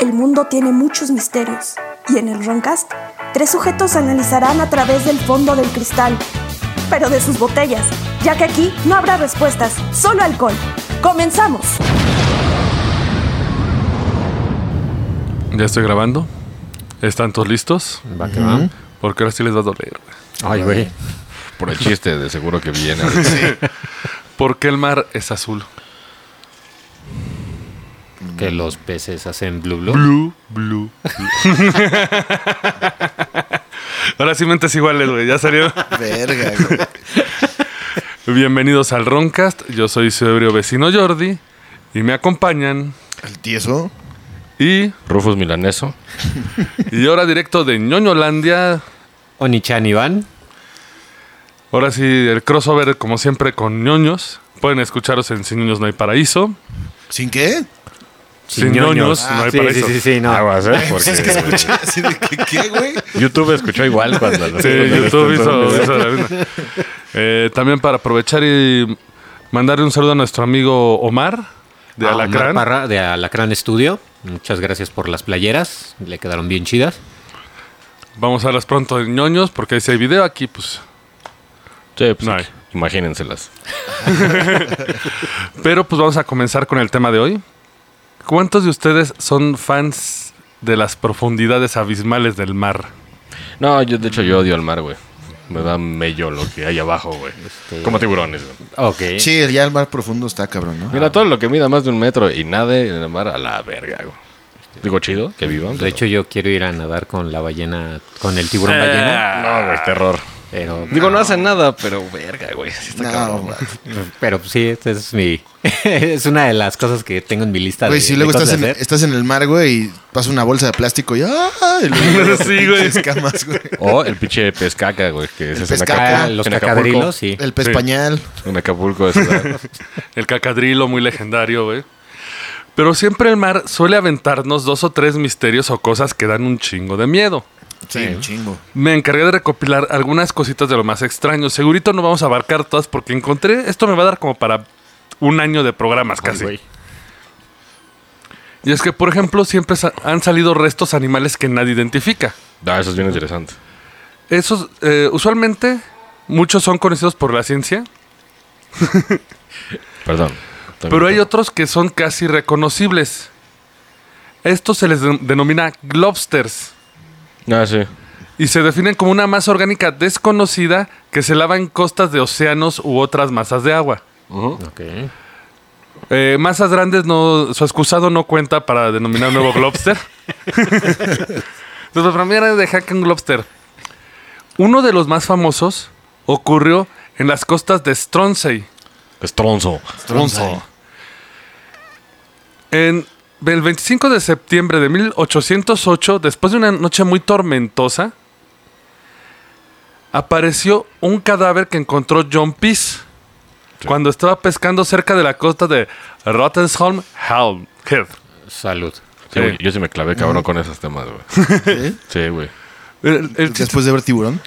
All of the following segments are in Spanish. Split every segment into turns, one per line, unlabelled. El mundo tiene muchos misterios y en el Roncast, tres sujetos analizarán a través del fondo del cristal, pero de sus botellas, ya que aquí no habrá respuestas, solo alcohol. ¡Comenzamos!
Ya estoy grabando. ¿Están todos listos?
Va que va.
Porque ahora sí les va a doler. güey.
Ay, güey.
Por el chiste, de seguro que viene.
¿Por qué el mar es azul?
Que los peces hacen blue blue.
Blue, blue, blue. ahora sí mentes iguales, güey. Ya salió.
Verga,
Bienvenidos al Roncast. Yo soy su ebrio vecino Jordi. Y me acompañan.
El tieso.
Y,
Rufus Milaneso.
y ahora directo de ñoñolandia.
Onichan Iván.
Ahora sí, el crossover, como siempre, con ñoños. Pueden escucharos en Sin Ñoños No Hay Paraíso.
¿Sin qué?
Sin ñoños, no hay
Ah, sí, sí,
paraíso.
sí, sí, no.
Aguas, ¿eh? Porque
¿Así de que qué, güey?
YouTube escuchó igual cuando...
Sí, YouTube hizo, hizo la misma. Eh, también para aprovechar y mandarle un saludo a nuestro amigo Omar de
A Ah, Omar
Alacrán.
Parra, de Alacrán Studio. Muchas gracias por las playeras. Le quedaron bien chidas.
Vamos a verlas pronto en ñoños porque ahí sí hay video. Aquí, pues.
Sí, pues,
No hay.
imagínenselas.
Pero pues vamos a comenzar con el tema de hoy. ¿Cuántos de ustedes son fans de las profundidades abismales del mar?
No, yo de hecho yo odio el mar, güey. Me da mello lo que hay abajo, güey. Como tiburones, güey.
Ok.
Sí, ya el mar profundo está, cabrón, ¿no?
Mira, todo lo que mida más de un metro y nade en el mar a la verga, güey. Digo, chido, que vivan.
De hecho, yo quiero ir a nadar con la ballena, con el tiburón ballena.
no, güey, terror.
Pero,
Digo, no hacen nada, pero verga, güey. sí está
No,
cabrón, güey.
pero pues, sí, esa es mi. es una de las cosas que tengo en mi lista.
Güey,
de,
si luego
de cosas
estás en,
de hacer.
estás en el mar, güey, y pasa una bolsa de plástico y ¡ah! Y luego
Sí, güey.
Escamas, güey.
O el pinche pescaca, güey. Que ese es en
Ah,
pescaca.
Acapulco.
los
En Acapulco.
cacadrilos, sí.
El pez
Sí.
pañal.
En Acapulco, eso da-
El cacadrilo muy legendario, güey. Pero siempre el mar suele aventarnos dos o tres misterios o cosas que dan un chingo de miedo.
Sí, un chingo.
Me encargué de recopilar algunas cositas de lo más extraño. Segurito no vamos a abarcar todas porque encontré. Esto me va a dar como para un año de programas casi.
güey.
y es que, por ejemplo, siempre sa- han salido restos animales que nadie identifica.
Ah, eso es bien interesante.
Esos, eh, usualmente, muchos son conocidos por la ciencia,
Perdón. También
pero hay
tengo-
otros que son casi reconocibles. Estos se les de- denomina globsters.
Ah, sí.
Y se definen como una masa orgánica desconocida que se lava en costas de océanos u otras masas de agua.
Ok.
Eh, masas grandes, no, su excusado no cuenta para denominar nuevo globster. Entonces, pues, para mí era de Hack and Globster. Uno de los más famosos ocurrió en las costas de Stronsay,
Es tronzo.
Tronzo.
En el 25 de septiembre de 1808, después de una noche muy tormentosa, apareció un cadáver que encontró John Peace cuando estaba pescando cerca de la costa de Rottensholm Helm. Head.
Salud.
Sí, güey, yo sí me clavé cabrón con esos temas, güey.
¿Sí?
Sí, güey.
El- el chiste-
Después de ver tiburón.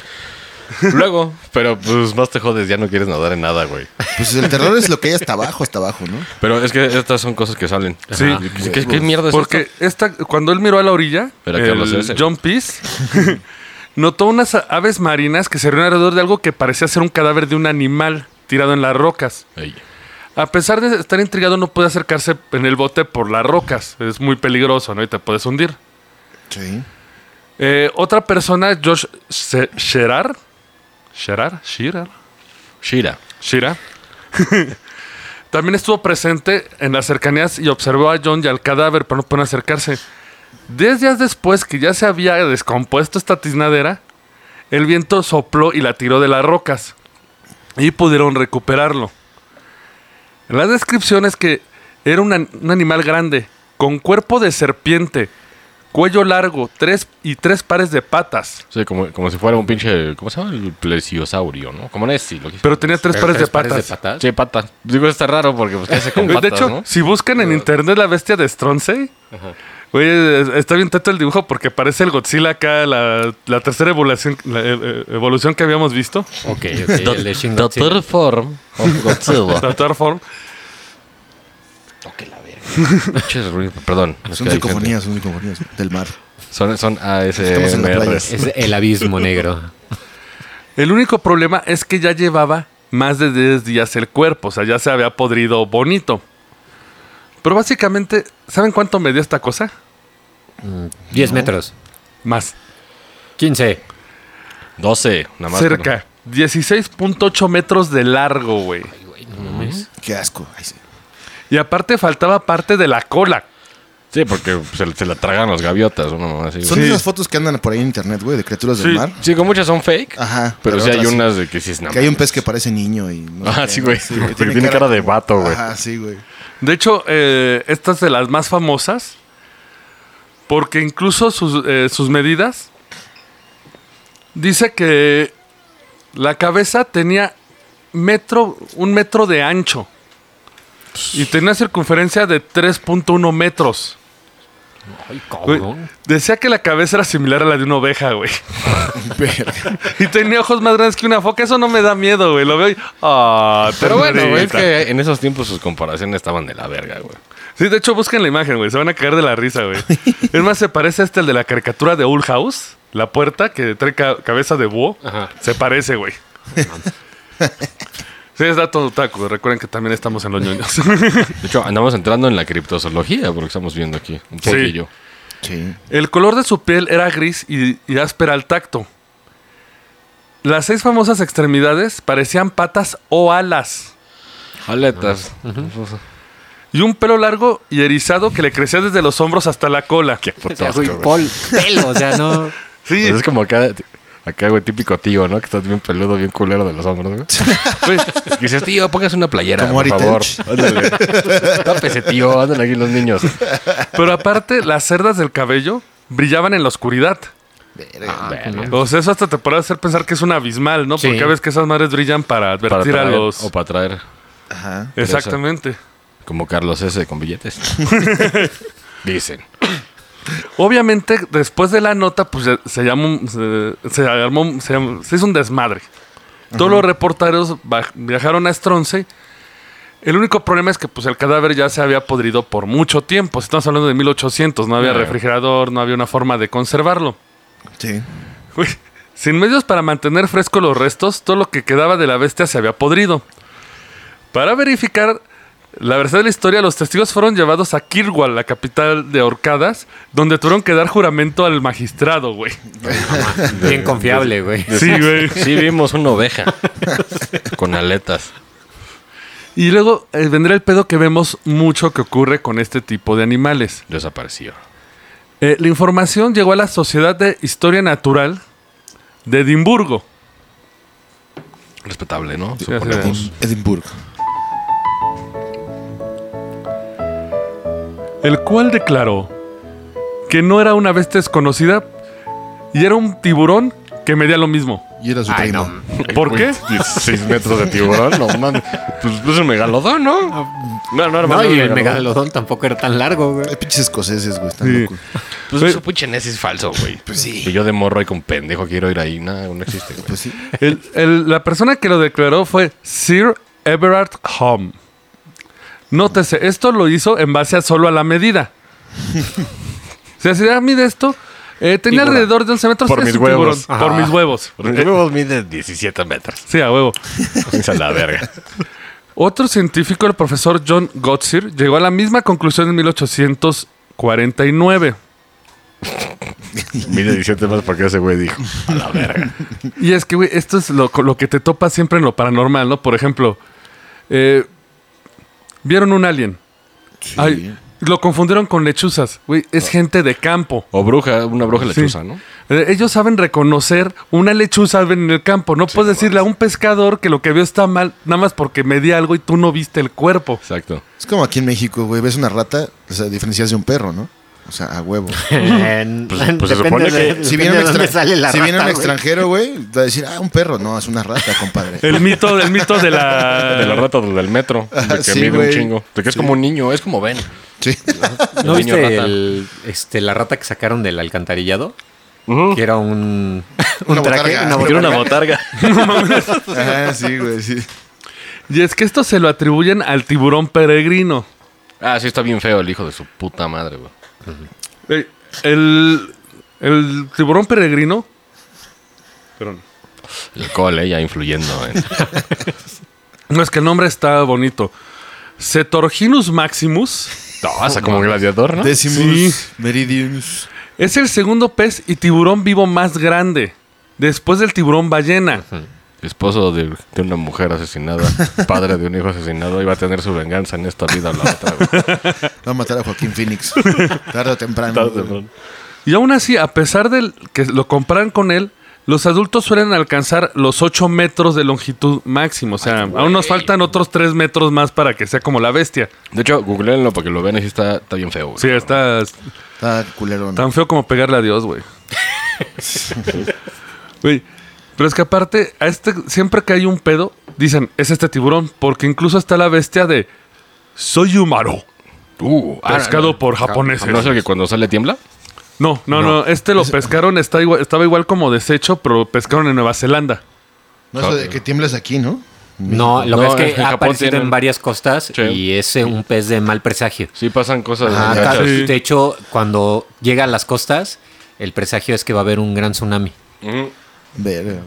Luego, pero pues más te jodes, ya no quieres nadar en nada, güey.
Pues el terror es lo que hay hasta abajo, hasta abajo, ¿no?
Pero es que estas son cosas que salen.
Sí.
Ajá. ¿Qué, qué-
Pues,
qué mierda es
Porque esta, cuando él miró a la orilla,
Era Carlos
el
Slim.
John Peace notó unas a- aves marinas que se reunían alrededor de algo que parecía ser un cadáver de un animal tirado en las rocas.
esto? Ey.
A pesar de estar intrigado, no puede acercarse en el bote por las rocas. Es muy peligroso, ¿no? Y te puedes hundir.
Sí.
Eh, otra persona, Josh Se- Sherar. Sherar, Sherar.
Shira.
Shira. También estuvo presente en las cercanías y observó a John y al cadáver, pero no pueden acercarse. Diez días después que ya se había descompuesto esta tiznadera, el viento sopló y la tiró de las rocas. Y pudieron recuperarlo. La descripción es que era un, an- un animal grande, con cuerpo de serpiente, cuello largo tres y tres pares de patas.
Sí, como, como si fuera un pinche. ¿Cómo se llama? El plesiosaurio, ¿no? Como Nessie, lo que
Pero tenía tres,
Pero
pares,
tres
de patas.
patas.
Sí, pata. Digo, está raro porque pues ¿qué hace con
Güey,
patas,
de hecho,
¿no?
si buscan en internet la bestia de Stronsey, güey, es- está bien teto el dibujo porque parece el Godzilla acá, la, la tercera evolución, la, eh, eh, evolución que habíamos visto,
Ok, ok. El de Shin Godzilla.
Form of Godzilla.
de otra forma.
la verga. Pinches ruidos, Perdón. es
Pues Son
que hay Eh,
psicofonías, son psicofonías del mar.
gente- Son, son
Estamos en la playa.
ASMR.
Es el abismo negro.
El único problema es que ya llevaba más de 10 días el cuerpo, o sea, ya se había podrido bonito. Pero básicamente, ¿saben cuánto medía esta cosa?
10 metros.
Más.
15.
12, nada más.
Cerca. 16.8 metros de largo, güey.
Qué asco. Ay, sí.
Y aparte faltaba parte de la cola.
Sí, porque se, se la tragan las gaviotas, una mamá así, güey.
Son esas fotos que andan por ahí en internet, güey, de criaturas
Sí.
del mar.
Sí, con muchas son fake.
Ajá,
Pero,
pero
sí hay
otras sí.
unas de que sí es
Que hay un pez que parece niño y... no
Ah,
sé
sí,
qué.
güey. Porque tiene cara de vato, güey.
Ajá, sí, güey.
De hecho, eh, esta es de las más famosas. Porque incluso sus, eh, sus medidas. Dice que la cabeza tenía metro, un metro de ancho. Y tenía circunferencia de 3.1 metros.
Ay,
Güey,
cabrón.
decía que la cabeza era similar a la de una oveja, güey. y tenía ojos más grandes que una foca. Eso no me da miedo, güey. Lo veo y... Ah,
Pero bueno, güey, es
ternurita.
que en esos tiempos sus comparaciones estaban de la verga, güey.
Sí, de hecho, busquen la imagen, güey. Se van a caer de la risa, güey. es más, se parece a este el de la caricatura de Old House. La puerta que trae ca- cabeza de búho.
Ajá.
Se parece, güey. sí, es dato taco. Recuerden que también estamos en los ñoños.
De hecho, andamos entrando en la criptozoología, porque estamos viendo aquí un
Sí.
poquillo.
Sí.
el color de su piel era gris y, y áspera al tacto. Las seis famosas extremidades parecían patas o alas.
Aletas.
Y un pelo largo y erizado que le crecía desde los hombros hasta la cola.
Qué
O
puto
sea,
asco,
güey,
Pues güey.
pol- pelo, o sea, no.
Sí,
Pues es como acá, acá, güey, típico tío, ¿no? Que estás bien peludo, bien culero de los hombros, güey.
güey.
Y dices, tío, póngase una playera,
Como
por
Ari
favor.
Telch.
Ándale. Tápese, tío, ándale aquí los niños.
Pero aparte, las cerdas del cabello brillaban en la oscuridad.
Ah,
Verga.
O sea, eso hasta te puede hacer pensar que es un abismal, ¿no?
Sí.
Porque a veces que esas madres brillan para
Para
advertir
traer,
a los.
O para traer,
Ajá.
Exactamente.
como Carlos S. con billetes. Dicen.
Obviamente, después de la nota, pues ya- se llamó. un- Se, se armó. un- Se, llamó- se hizo un desmadre. Todos los reporteros va- viajaron a Stronce. El único problema es que pues el cadáver ya se había podrido por mucho tiempo. Estamos hablando de 1800. No había
Claro.
refrigerador, no había una forma de conservarlo.
Sí.
Güey, Sin medios para mantener frescos los restos, todo lo que quedaba de la bestia se había podrido. Para verificar la verdad de la historia, los testigos fueron llevados a Kirwall, la capital de Orcadas, donde tuvieron que dar juramento al magistrado, güey.
Bien confiable, güey.
Sí, güey.
Sí vimos una oveja con aletas.
Y luego eh, vendrá el pedo que vemos mucho que ocurre con este tipo de animales.
Desapareció.
Eh, la información llegó a la Sociedad de Historia Natural de Edimburgo.
Respetable, ¿no?
Sí,
Suponemos.
sí,
Edimburgo.
el cual declaró que no era una bestia desconocida y era un tiburón que medía lo mismo.
Y era su
Ay,
primo.
no.
¿Por qué?
16 metros de tiburón, no mames. Pues es un megalodón, ¿no? No, no,
No, y el megalodón tampoco era tan largo, güey.
Hay pinches escoceses, güey. Están
Sí.
locos.
Pues su pinche necio es falso, güey.
Pues sí.
Y yo de morro y con pendejo quiero ir ahí. Nada, no existe, güey.
Pues sí.
El- el- la persona que lo declaró fue Sir Everard Home. Nótese, esto lo hizo en base a solo a la medida. si así ah, mide esto, eh, tenía
Tiburón.
alrededor de 11 metros.
Por
es
mis
un
huevos.
tiburón, por
Ajá.
mis huevos.
Porque luego Pues, mide 17 metros.
Sí, a huevo.
Es a la verga.
Otro científico, el profesor John Gottsir, llegó a la misma conclusión en 1849.
Mide 17 más porque ese güey dijo. A la verga.
Y es que, güey, esto es lo, lo que te topa siempre en lo paranormal, ¿no? Por ejemplo, eh, vieron un alien.
Sí.
Ay, lo confundieron con lechuzas. Güey, es gente de campo.
O bruja, una bruja
Sí.
Ah. lechuza, ¿no?
Eh, ellos saben reconocer una lechuza en el campo. No puedes decirle a un pescador que lo que vio está mal, nada más porque medía algo y tú no viste el cuerpo.
Exacto.
Es como aquí en México, güey. Ves una rata, o sea, diferencias de un perro, ¿no? O sea, a huevo.
pues,
pues se supone que-
Si viene un, extra-
sale la
si viene
rata,
un
güey.
extranjero, güey, va a decir, ah, un perro. No, es una rata, compadre.
El mito, el mito de la...
De la rata del metro. De que
Ah, sí,
mide un
güey.
chingo. De que es como un niño, es como ven.
Sí.
¿No
El niño
viste
rata.
el- este, la rata que sacaron del alcantarillado?
Ujú.
Que era un,
Una
un traje.
botarga.
una
Era
Quiero
botarga.
una botarga.
Ajá, sí, güey, sí.
Y es que esto se lo atribuyen al tiburón peregrino.
Ah, sí, está bien feo el hijo de su puta madre, güey.
Ey, Eh, El, el tiburón peregrino. Perdón.
El cole ya influyendo en...
No es que el nombre está bonito. Cetorginus maximus
No, hasta como gladiador, ¿no?
Decimus, Meridius.
es el segundo pez y tiburón vivo más grande, después del tiburón ballena.
Esposo de, de una mujer asesinada, padre de un hijo asesinado, iba a tener su venganza en esta vida o la otra, güey.
Va a matar a Joaquín Phoenix. Tarde o temprano.
Tarde,
güey.
¿no?
Y aún así, a pesar de que lo comparan con él, los adultos suelen alcanzar los 8 metros de longitud máximo. O sea, aún nos faltan otros 3 metros más para que sea como la bestia.
De hecho, googleenlo para que lo vean y sí está, está bien feo, güey.
Sí, está
Está culerón.
tan feo como pegarle a Dios, güey. Güey, pero es que aparte, a este, siempre que hay un pedo, dicen, es este tiburón, porque incluso está la bestia de soy humaro.
Uh, ah,
Pescado por japoneses.
¿No es el que cuando sale tiembla?
No, no, no, este lo pescaron, está igual- estaba igual como desecho, pero lo pescaron en Nueva Zelanda.
No, eso de que tiemblas aquí, ¿no?
No, lo
No,
que es que
en
ha
Japón
aparecido
tienen-
en varias costas
Sí.
y es eh, un pez de mal presagio.
Sí, pasan cosas.
Ajá,
gachas.
cada-
sí.
De hecho, cuando llega a las costas, el presagio es que va a haber un gran tsunami.
Ujú.
Verga.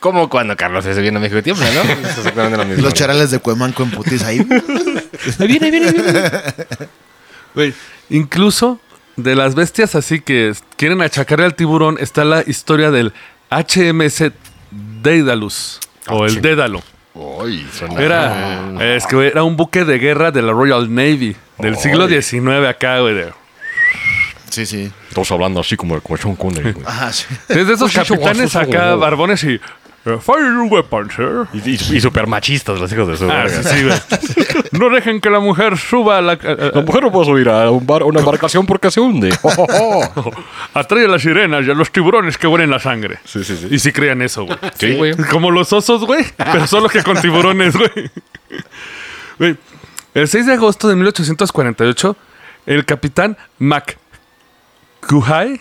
Como cuando Carlos se viene a México y tiembla, ¿no? Es exactamente lo mismo.
Los charales de Cuemanco en putis ahí.
Güey, incluso de las bestias así que es- quieren achacarle al tiburón está la historia del HMS Daedalus o el Dédalo.
Uy, suena-
Era,
Ah.
es que, güey, era un buque de guerra de la Royal Navy del siglo XIX acá, güey. de-
Sí, sí.
Todos hablando así como el corazón con el... güey.
Ajá, Ah, sí.
Es de esos
Oye, yo,
capitanes
ojo, ojo,
acá,
ojo.
barbones y... eh, Fire weapons, sir.
Y, y, y super machistas los hijos de su
Ah,
verga.
sí, sí, güey. No dejen que la mujer suba a la...
La mujer no puede subir a un bar- a una embarcación porque se hunde. Oh.
Atrae a las sirenas y a los tiburones que huelen la sangre.
Sí, sí, sí.
Y si crean eso, güey.
Sí, güey.
Como los osos, güey. Pero solo que con tiburones, güey. Güey, El 6 de agosto de 1848, el capitán Mac Kuhai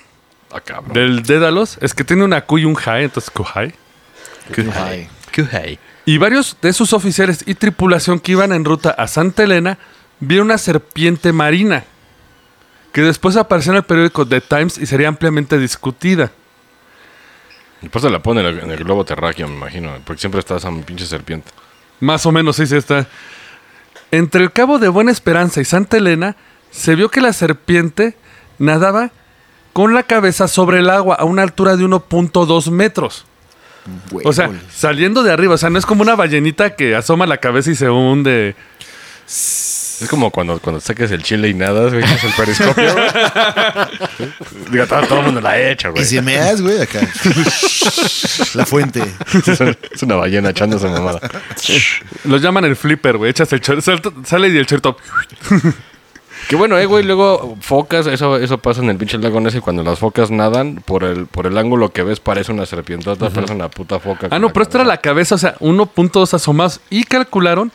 Ah, cabrón.
del Dédalos, es que tiene una Q y un Jai, entonces Kuhai,
Ay.
y varios de sus oficiales y tripulación que iban en ruta a Santa Elena vieron una serpiente marina que después apareció en el periódico The Times y sería ampliamente discutida.
Después se la pone en el, en el globo terráqueo, me imagino. Porque siempre está esa pinche serpiente.
Más o menos, sí, sí está. Entre el Cabo de Buena Esperanza y Santa Elena, se vio que la serpiente nadaba con la cabeza sobre el agua a una altura de 1.2 metros.
Güey,
O sea,
güey.
saliendo de arriba. O sea, no es como una ballenita que asoma la cabeza y se hunde.
Es como cuando, cuando saques el chile y nadas, güey, es el periscopio, güey. Digo, todo, todo el mundo la ha hecho, güey.
Y si me das, güey, acá. La fuente.
Es una- es una ballena echándose mamada.
Los llaman el flipper, güey. Echas el chor- salta- sale y el chorto.
Qué bueno, eh, güey. Luego, focas, eso, eso pasa en el pinche lago Ness y cuando las focas nadan, por el, por el ángulo que ves parece una serpientota, parece una puta foca.
Ah, no, pero esta era la cabeza, o sea, 1.2 asomados. Y calcularon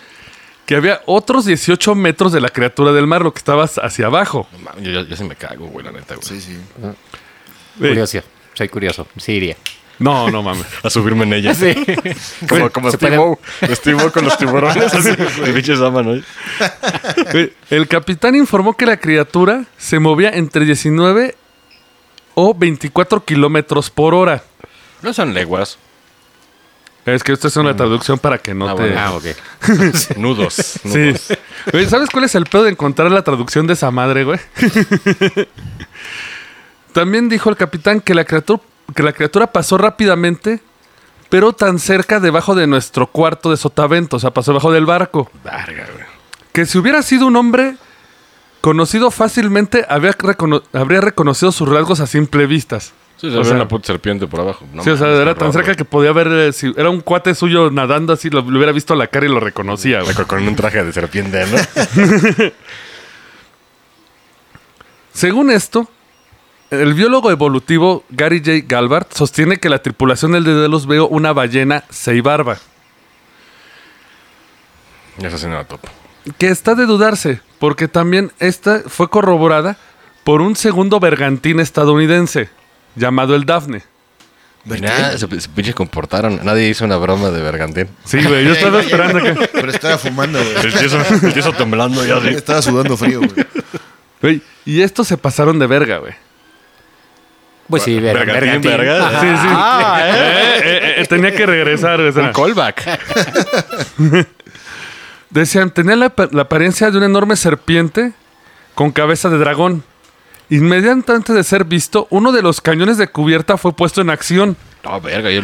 que había otros 18 metros de la criatura del mar, lo que estaba hacia abajo.
Mami, Yo, yo, yo sí me cago, güey, la neta, güey.
Sí, sí.
Güey,
Curioso, soy curioso. Sí iría.
No, no mames.
A subirme en ella. Sí. como como
Se
Steve O. Steve O con los tiburones. así, el pinche Sama, ¿no?
Eh, El capitán informó que la criatura se movía entre 19 o 24 kilómetros por hora.
No son leguas.
Es que esto es una traducción para que no
Ah,
te...
bueno.
Ah, ok.
Nudos.
Sí. Güey, ¿Sabes cuál es el pedo de encontrar la traducción de esa madre, güey? También dijo el capitán que la, criatura, que la criatura pasó rápidamente, pero tan cerca debajo de nuestro cuarto de sotavento, o sea, pasó debajo del barco.
Verga, güey.
que si hubiera sido un hombre conocido fácilmente, había recono- habría reconocido sus rasgos a simple vistas.
Sí,
O
se ve
sea,
una puta serpiente por abajo. No
sí, o sea,
mames,
era
qué
tan
horror,
cerca que podía ver, eh, si era un cuate suyo nadando así, lo, le hubiera visto a la cara y lo reconocía. güey.
güey. Con un traje de serpiente, ¿no?
Según esto, el biólogo evolutivo Gary J. Galbart sostiene que la tripulación del Dedalus veo una ballena ceibarba,
Esa sí no la topo.
que está de dudarse, porque también esta fue corroborada por un segundo bergantín estadounidense llamado el Daphne.
Y nada, se, se pinche comportaron. Nadie hizo una broma de Bergantín.
Sí, güey, yo estaba esperando que...
Pero estaba fumando, güey.
El yeso, el yeso temblando ya así.
Estaba sudando frío, güey.
Güey, y estos se pasaron de verga, güey.
Pues sí, ver,
Bergantín,
Bergantín.
verga.
Ajá.
Sí, sí. Eh, eh, eh, tenía que regresar, güey. o sea.
Un callback.
Decían, tenía la, ap- la apariencia de una enorme serpiente con cabeza de dragón. Inmediatamente antes de ser visto, uno de los cañones de cubierta fue puesto en acción,
No, verga. Yo...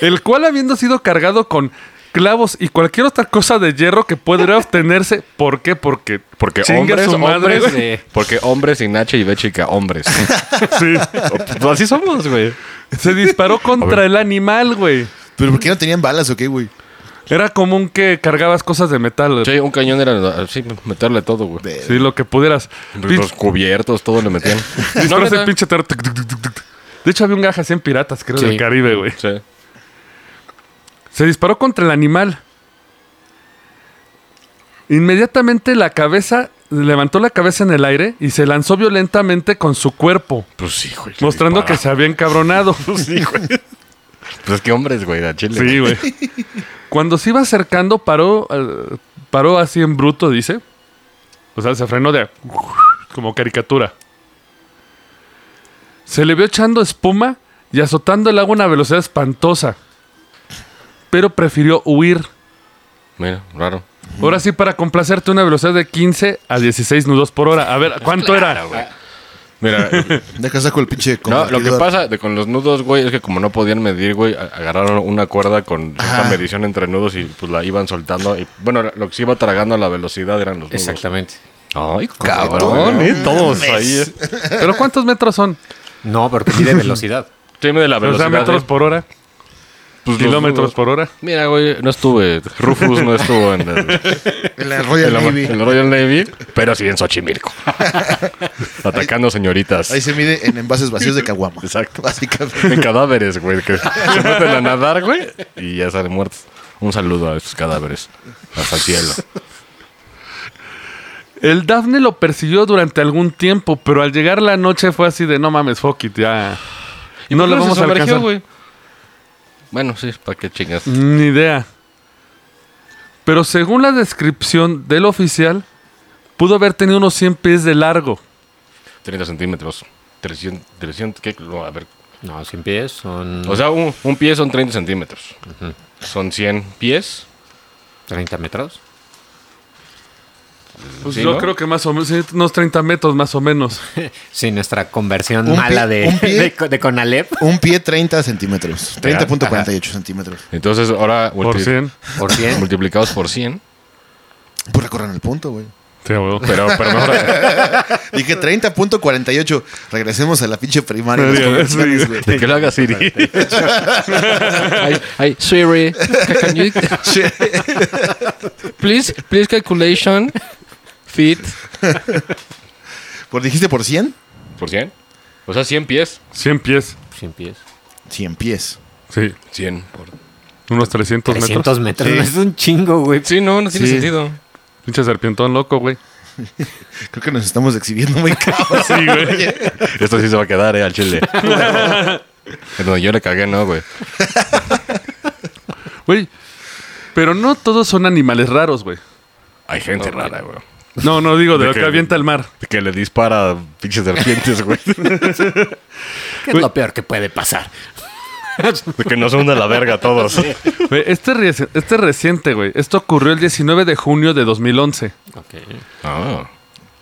el cual habiendo sido cargado con clavos y cualquier otra cosa de hierro que pudiera obtenerse. ¿Por qué? Porque,
Porque
Chingue
hombres,
su madre,
hombres,
güey.
eh, porque hombres sin H y B chica, hombres.
sí,
Pues Así somos, güey.
se disparó contra el animal, güey.
Pero ¿por qué no tenían balas o qué, güey?
Era común que cargabas cosas de metal. Sí,
Sí, un cañón era así, meterle todo, güey.
Ver-
lo que pudieras. Pin-
Los cubiertos, todo le metían.
disparas
No,
el
neta.
pinche tarro, tuc, tuc, tuc, tuc, tuc. De hecho, había un gaja 100 piratas, creo,
Sí.
del Caribe, güey.
Sí.
Se disparó contra el animal. Inmediatamente la cabeza levantó la cabeza en el aire y se lanzó violentamente con su cuerpo,
Pues sí, güey. le
mostrando que
dispararon.
se había encabronado.
Sí, güey. Pues qué hombres, güey, a Chile.
Sí, güey. Cuando se iba acercando, paró, eh, paró así en bruto, dice. O sea, se frenó de. como caricatura. Se le vio echando espuma y azotando el agua a una velocidad espantosa. Pero prefirió huir.
Mira, raro.
Ahora sí, para complacerte, una velocidad de 15 a 16 nudos por hora. A ver, ¿cuánto era?
Mira,
Deja saco el pinche
no, lo que
convertidor.
pasa de- con los nudos, güey, es que como no podían medir, güey, a- agarraron una cuerda con esta medición entre nudos y pues la iban soltando. Y bueno, lo que se iba tragando a la velocidad eran los nudos.
Exactamente.
Ay, cabrón, ¿eh? Todos ahí.
¿Pero cuántos metros son?
No, pero te pide velocidad.
Dime de la
O sea,
velocidad.
metros
¿eh?
por hora,
Pues, los
kilómetros
nudos.
por hora.
Mira, güey, no estuve. Rufus no estuvo en el,
En la Royal
en la-
Navy.
en el Royal Navy, pero sí en Xochimilco. Atacando señoritas.
Ahí se mide en envases vacíos de caguama.
Exacto.
Básicamente.
En cadáveres, güey, que se meten a nadar, güey, y ya salen muertos. Un saludo a esos cadáveres. Hasta el cielo.
El Dafne lo persiguió durante algún tiempo, pero al llegar la noche fue así de no mames, fuck it, ya. Y no lo vamos a alcanzar.
Bueno, sí, ¿para qué chingas?
Ni idea. Pero según la descripción del oficial, pudo haber tenido unos 100 pies de largo.
30 centímetros. 300, 300, ¿qué? No, a ver.
No, 100 pies son
O sea, un, un pie son 30 centímetros. Son 100 pies.
30 metros.
Pues
Sí,
yo
¿no?
creo que más o menos, sí, unos 30 metros más o menos.
Sí, nuestra conversión
Un
mala
pie-
de,
un pie.
de, co- de Conalep
Un pie 30 centímetros. 30.48 centímetros.
Entonces, ahora
Por
multi-
100.
por 100.
multiplicados por 100.
Pues recorran el punto, güey.
Sí, huevo.
Pero, pero mejor.
Dije 30.48. Regresemos a la pinche primaria. de las
Sí,
convenciones, güey.
que lo haga Siri.
I, I Siri, can you please please calculation feet?
¿Por dijiste por 100?
¿Por 100? O sea, 100 pies.
100 pies.
100 pies.
100 pies.
Sí,
100 por
unos 300, metros.
300 metros. No es un chingo, güey.
Sí, no, no tiene
Sí.
sentido.
Pinche serpientón loco, güey.
Creo que nos estamos exhibiendo muy cabrón.
Sí, güey.
Esto sí se va a quedar, eh, al chile. En donde yo le cagué, no, güey.
Güey, Pero no todos son animales raros, güey.
Hay gente rara, güey.
No, no digo de,
¿De
lo
qué?
que avienta al mar.
Que le dispara a pinches serpientes, güey.
¿Qué es lo peor que puede pasar?
De que nos hunde la verga a todos.
Güey, Este, reci- este es reciente, güey. Esto ocurrió el 19 de junio de 2011.
Ah.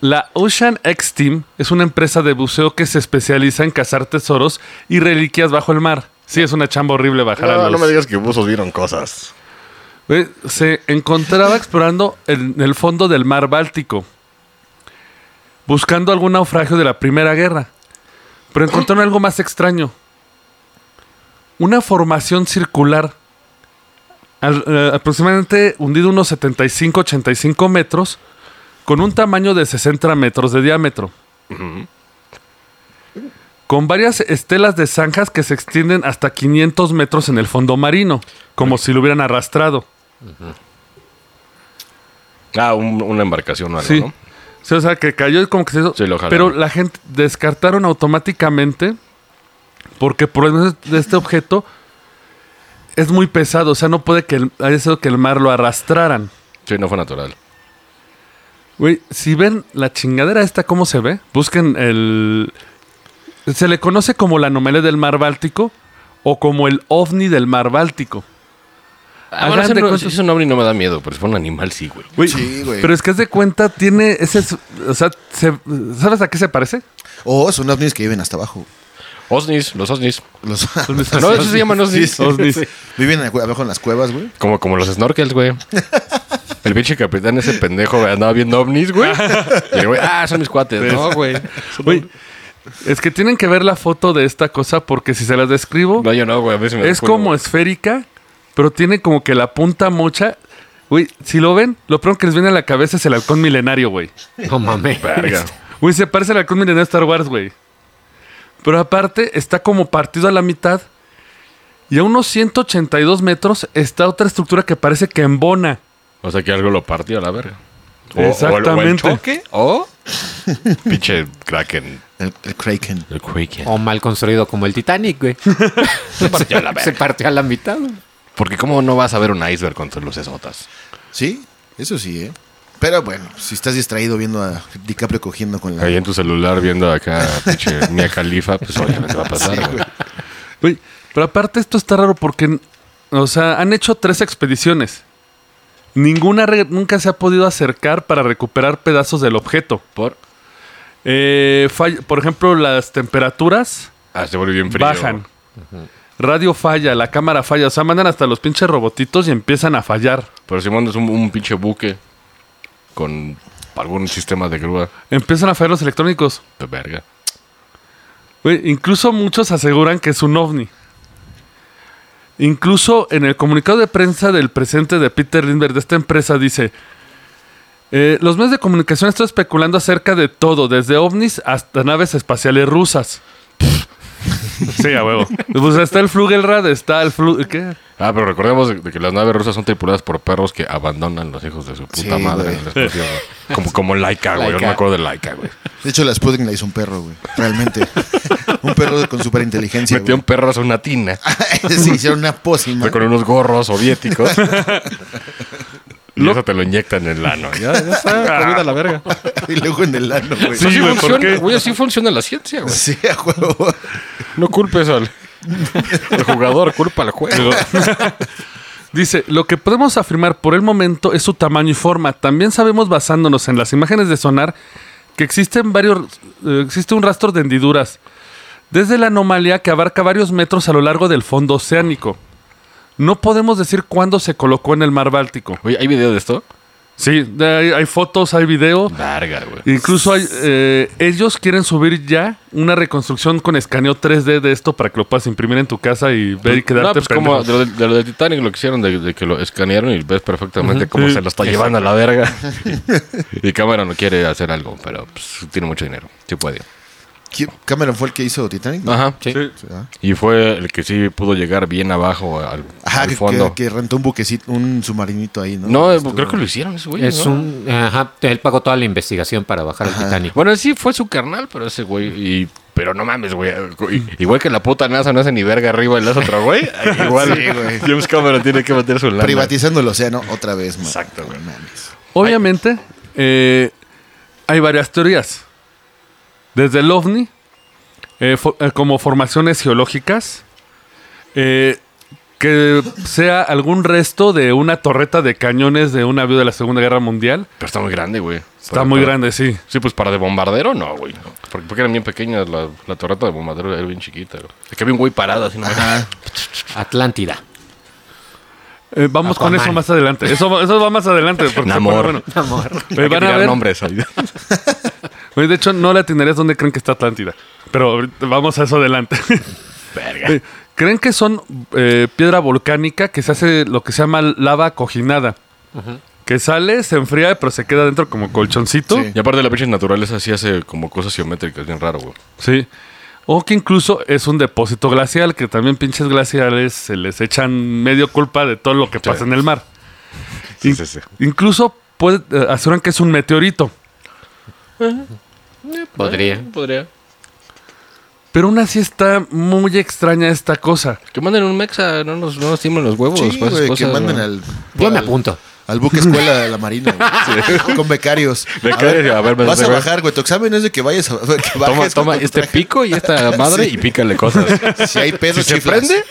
La Ocean X Team es una empresa de buceo que se especializa en cazar tesoros y reliquias bajo el mar. Sí, es una chamba horrible bajar a
No,
los...
no me digas que buzos vieron cosas.
Güey, Se encontraba explorando el- en el fondo del mar Báltico, buscando algún naufragio de la Primera Guerra. Pero encontraron algo más extraño. Una formación circular, al- eh, aproximadamente hundido unos 75-85 metros, con un tamaño de 60 metros de diámetro. Con varias estelas de zanjas que se extienden hasta 500 metros en el fondo marino, como si lo hubieran arrastrado.
Ah, un- una embarcación o algo,
Sí.
¿no?
Sí, o sea, que cayó y como que se hizo.
Sí, lo jalaron.
pero la gente descartaron automáticamente Porque por lo menos de este objeto es muy pesado. O sea, no puede que el- haya sido que el mar lo arrastraran.
Sí, no fue natural.
Güey, si ven la chingadera esta, ¿cómo se ve? Busquen el... Se le conoce como la anomalía del mar Báltico o como el ovni del mar Báltico.
Ah, bueno,
Hagan
ese
de
no-
cuenta-
ese nombre no me da miedo, pero si fue un animal, sí, güey.
Güey,
Sí, güey.
Pero es que haz de cuenta, tiene ese... O sea, se- ¿sabes a qué se parece?
O son ovnis que viven hasta abajo.
Osnis, los osnis.
Los-
No, eso se llaman osnis.
Ovnis.
viven acu- abajo en las cuevas, güey.
Como, como los snorkels, güey. El pinche capitán, ese pendejo, güey, andaba viendo ovnis, güey. Y el güey, ah, son mis cuates, ¿no, güey?
Güey, es que tienen que ver la foto de esta cosa porque si se las describo...
No, yo no, güey. a mí se me
Es
ocurre,
como
güey.
esférica, pero tiene como que la punta mocha. Güey, si lo ven, lo primero que les viene a la cabeza es el halcón milenario, güey.
No mames.
Verga.
Güey, se parece al halcón milenario de Star Wars, güey. Pero aparte, está como partido a la mitad. Y a unos 182 metros está otra estructura que parece que embona.
O sea que algo lo partió a la verga. O- o el- O, el,
Exactamente.
choque, o pinche Kraken.
El, el Kraken.
El Kraken.
O mal construido como el Titanic, güey.
Se partió a la
Se
verga.
partió a la mitad. güey.
Porque cómo no vas a ver un iceberg con tus luces otas.
Sí, eso sí, ¿eh? Pero bueno, si estás distraído viendo a DiCaprio cogiendo con la...
Ahí en tu celular viendo acá pinche Mia Khalifa, pues obviamente va a pasar, güey.
Güey, pero aparte esto está raro porque, o sea, han hecho tres expediciones. Ninguna re- nunca se ha podido acercar para recuperar pedazos del objeto. ¿Por? por ejemplo, las temperaturas
Ah, se vuelve bien frío.
bajan. Radio falla, la cámara falla. O sea, mandan hasta los pinches robotitos y empiezan a fallar.
Pero si mandas un, un pinche buque con algún sistema de grúa,
Empiezan a fallar los electrónicos.
de verga.
Güey, incluso muchos aseguran que es un ovni. Incluso en el comunicado de prensa del presente de Peter Lindbergh de esta empresa dice, eh, los medios de comunicación están especulando acerca de todo, desde ovnis hasta naves espaciales rusas. sí, a huevo. Pues está el Flugelrad, está el Flu... ¿Qué?
Ah, pero recordemos de, de que las naves rusas son tripuladas por perros que abandonan los hijos de su puta
Sí,
madre
güey.
en la explosión. güey. Como, como Laika, güey. Yo no
Laika.
me acuerdo de Laika, güey.
De hecho, la Sputnik la hizo un perro, güey. Realmente. un perro con superinteligencia,
Metían
güey.
perros a una tina
Se hicieron una pócima.
con unos gorros soviéticos. y eso te lo inyectan en el ano. Ya, ya está, comida a la verga.
Y luego en el ano, güey.
Sí,
Sí, güey,
güey,
¿por
funciona,
qué?
güey, así funciona la ciencia, güey.
Sí, a huevo.
No culpes al, al jugador, culpa al juego.
Dice, lo que podemos afirmar por el momento es su tamaño y forma. También sabemos basándonos en las imágenes de sonar que existen varios, eh, existe un rastro de hendiduras desde la anomalía que abarca varios metros a lo largo del fondo oceánico. No podemos decir cuándo se colocó en el mar Báltico.
Oye, ¿hay video de esto?
Sí, de- hay, hay fotos, hay video.
Verga, güey.
Incluso hay, eh, ellos quieren subir ya una reconstrucción con escaneo 3D de esto para que lo puedas imprimir en tu casa y ver y quedarte
No, pues como
pendejo.
de lo, del- de lo del Titanic lo que hicieron, de, de que lo escanearon y ves perfectamente cómo se lo está llevando a la verga. y Cameron no quiere hacer algo, pero pues, tiene mucho dinero. Sí puede.
¿Qui- ¿Cameron fue el que hizo Titanic?
Ajá, sí.
Sí, ¿verdad?
Y fue el que sí pudo llegar bien abajo al,
Ajá,
al
que,
fondo.
que- que rentó un buquecito, un submarinito ahí, ¿no?
no, pues,
Estuvo-
creo que lo hicieron ese güey.
Es
¿no?
un. Ajá. Él pagó toda la investigación para bajar al Titanic.
Bueno, sí fue su carnal, pero ese güey. Y, pero no mames, güey. Y- Igual que la puta NASA no hace ni verga arriba el otro güey. Igual James Cameron tiene que meter su lana.
Privatizando el océano otra vez, man.
Exacto, güey.
No mames.
Obviamente, eh, hay varias teorías. Desde el ovni, eh, fo- eh, como formaciones geológicas, eh, que sea algún resto de una torreta de cañones de un avión de la Segunda Guerra Mundial.
Pero está muy grande, güey.
Está muy grande, sí.
Sí, pues para de bombardero, no, güey. Porque, porque eran bien pequeñas, la, la torreta de bombardero era bien chiquita, güey. Es que había un güey parado así, ¿no?
Ajá.
Atlántida.
Eh, vamos con
Aquaman.
eso más adelante. Eso, va- eso va más adelante. Porque se pone
Namor.
bueno.
Amor.
Eh, van a ver-
nombres ahí.
Oye, De hecho, no le atinarías dónde creen que está Atlántida. Pero ahorita vamos a eso adelante.
Verga.
Eh, Creen que son eh, piedra volcánica que se hace lo que se llama lava cojinada. Que sale, se enfría, pero se queda dentro como colchoncito. Sí.
Sí.
Y aparte la pinche naturaleza sí hace como cosas geométricas, bien raro, güey.
O que incluso es un depósito glacial, que también pinches glaciales se les echan medio culpa de todo lo que pasa en el mar.
Sí,
In-
sí, sí.
Incluso puede, eh, aseguran que es un meteorito.
Podría.
Podría.
Pero aún así está muy extraña esta cosa.
Que manden un mexa, no nos, no nos timen los huevos.
Sí,
pues,
güey, que
cosas,
manden
¿no?
al.
Yo me
al-
apunto.
Al buque escuela de la marina, güey. Con becarios.
Becarios, a ver, me
vas a
recuerdo.
bajar, güey. Tu examen es de que vayas a. que
Toma,
bajes
toma
con tu
este
traje.
pico y esta madre
Sí.
y pícale cosas.
Si hay pedos,
Si se
chiflas.
prende,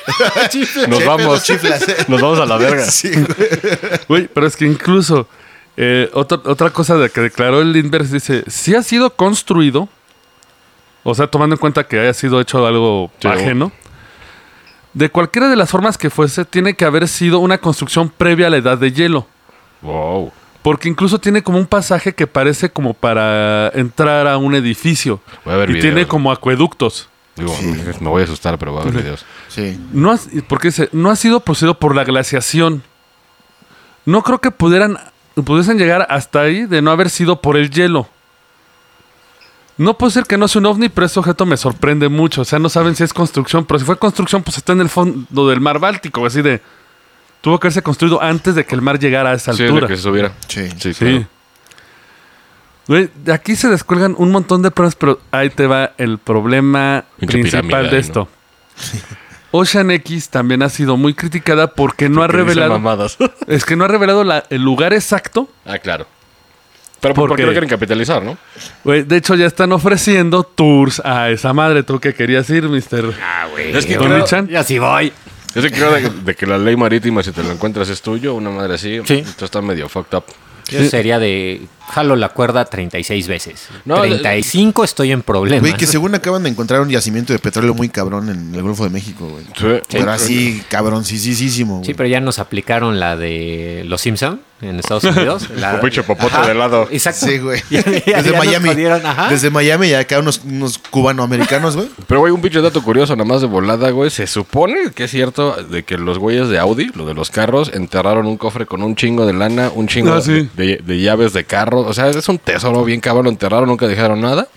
Chiflas,
nos
si hay
vamos.
pedos, chiflas.
Nos vamos a la verga.
Sí, güey.
Güey, pero es que incluso eh, otra- otra cosa de que declaró el Inverse dice, si ha sido construido, o sea, tomando en cuenta que haya sido hecho de algo
Sí.
ajeno, de cualquiera de las formas que fuese, tiene que haber sido una construcción previa a la edad de hielo.
Wow.
Porque incluso tiene como un pasaje que parece como para entrar a un edificio.
Voy a ver
y
videos.
tiene como acueductos.
Digo, me voy a asustar, pero va a haber videos.
Sí.
No ha- porque dice, no ha sido producido por la glaciación. No creo que pudieran, pudiesen llegar hasta ahí de no haber sido por el hielo. No puede ser que no sea un ovni, pero este objeto me sorprende mucho. O sea, no saben si es construcción, pero si fue construcción, pues está en el fondo del mar Báltico, así de... Tuvo que haberse construido antes de que el mar llegara a esa
Sí, de
altura.
que se subiera.
Sí.
Sí,
Sí.
claro.
Güey, de aquí se descuelgan un montón de pruebas, pero ahí te va el problema
Pinche pirámide
principal
ahí,
de
¿no?
esto. Ocean X también ha sido muy criticada porque no ha
Porque dicen
revelado.
mamadas.
Es que no ha revelado la- el lugar exacto.
ah, claro. Pero ¿por,
Porque-
qué no quieren capitalizar, no?
Güey, de hecho, ya están ofreciendo tours a esa madre. Tú que querías ir, mister.
Ah, güey.
Es que
creo- Donichan.
Y así voy.
Yo sí creo de, de que la ley marítima, si te lo encuentras, es tuyo, una madre así.
Sí.
Esto está medio fucked up.
Yo sería de. Jalo la cuerda 36 veces.
No,
35 estoy en problemas.
Güey, que según acaban de encontrar un yacimiento de petróleo muy cabrón en el Golfo de México, güey.
Sí.
Pero así, cabroncísimo,
Sí,
güey.
pero ya nos aplicaron la de Los Simpson en Estados Unidos. la,
Un pinche popote
Ah, Ajá,
de helado.
Exacto.
Sí, güey.
Ya- ya- ya
Desde
nos
Miami.
jodieron, ajá.
Desde Miami y acá unos, unos cubanoamericanos, güey.
Pero, güey, un pinche dato curioso, nada más de volada, güey. Se supone que es cierto de que los güeyes de Audi, lo de los carros, enterraron un cofre con un chingo de lana, un chingo
Ah, sí.
de, de llaves de carro. O sea, es un tesoro bien cabrón. Lo enterraron, nunca dejaron nada.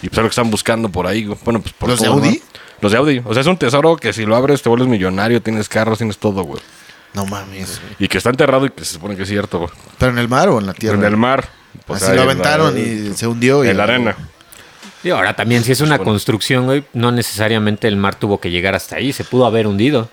Y pues es lo que están buscando por ahí. güey. Bueno, pues por
¿Los de
todo, ¿no?
Audi?
Los de Audi. O sea, es un tesoro que si lo abres te vuelves millonario, tienes carros, tienes todo, güey.
No mames. güey.
Y que está enterrado y que se supone que es cierto, güey.
¿Pero en el mar o en la tierra?
En el mar. O
Así
sea,
lo
en la-
aventaron y se hundió. y-
En la arena.
Y ahora también, si es una construcción, güey, no necesariamente el mar tuvo que llegar hasta ahí. Se pudo haber hundido.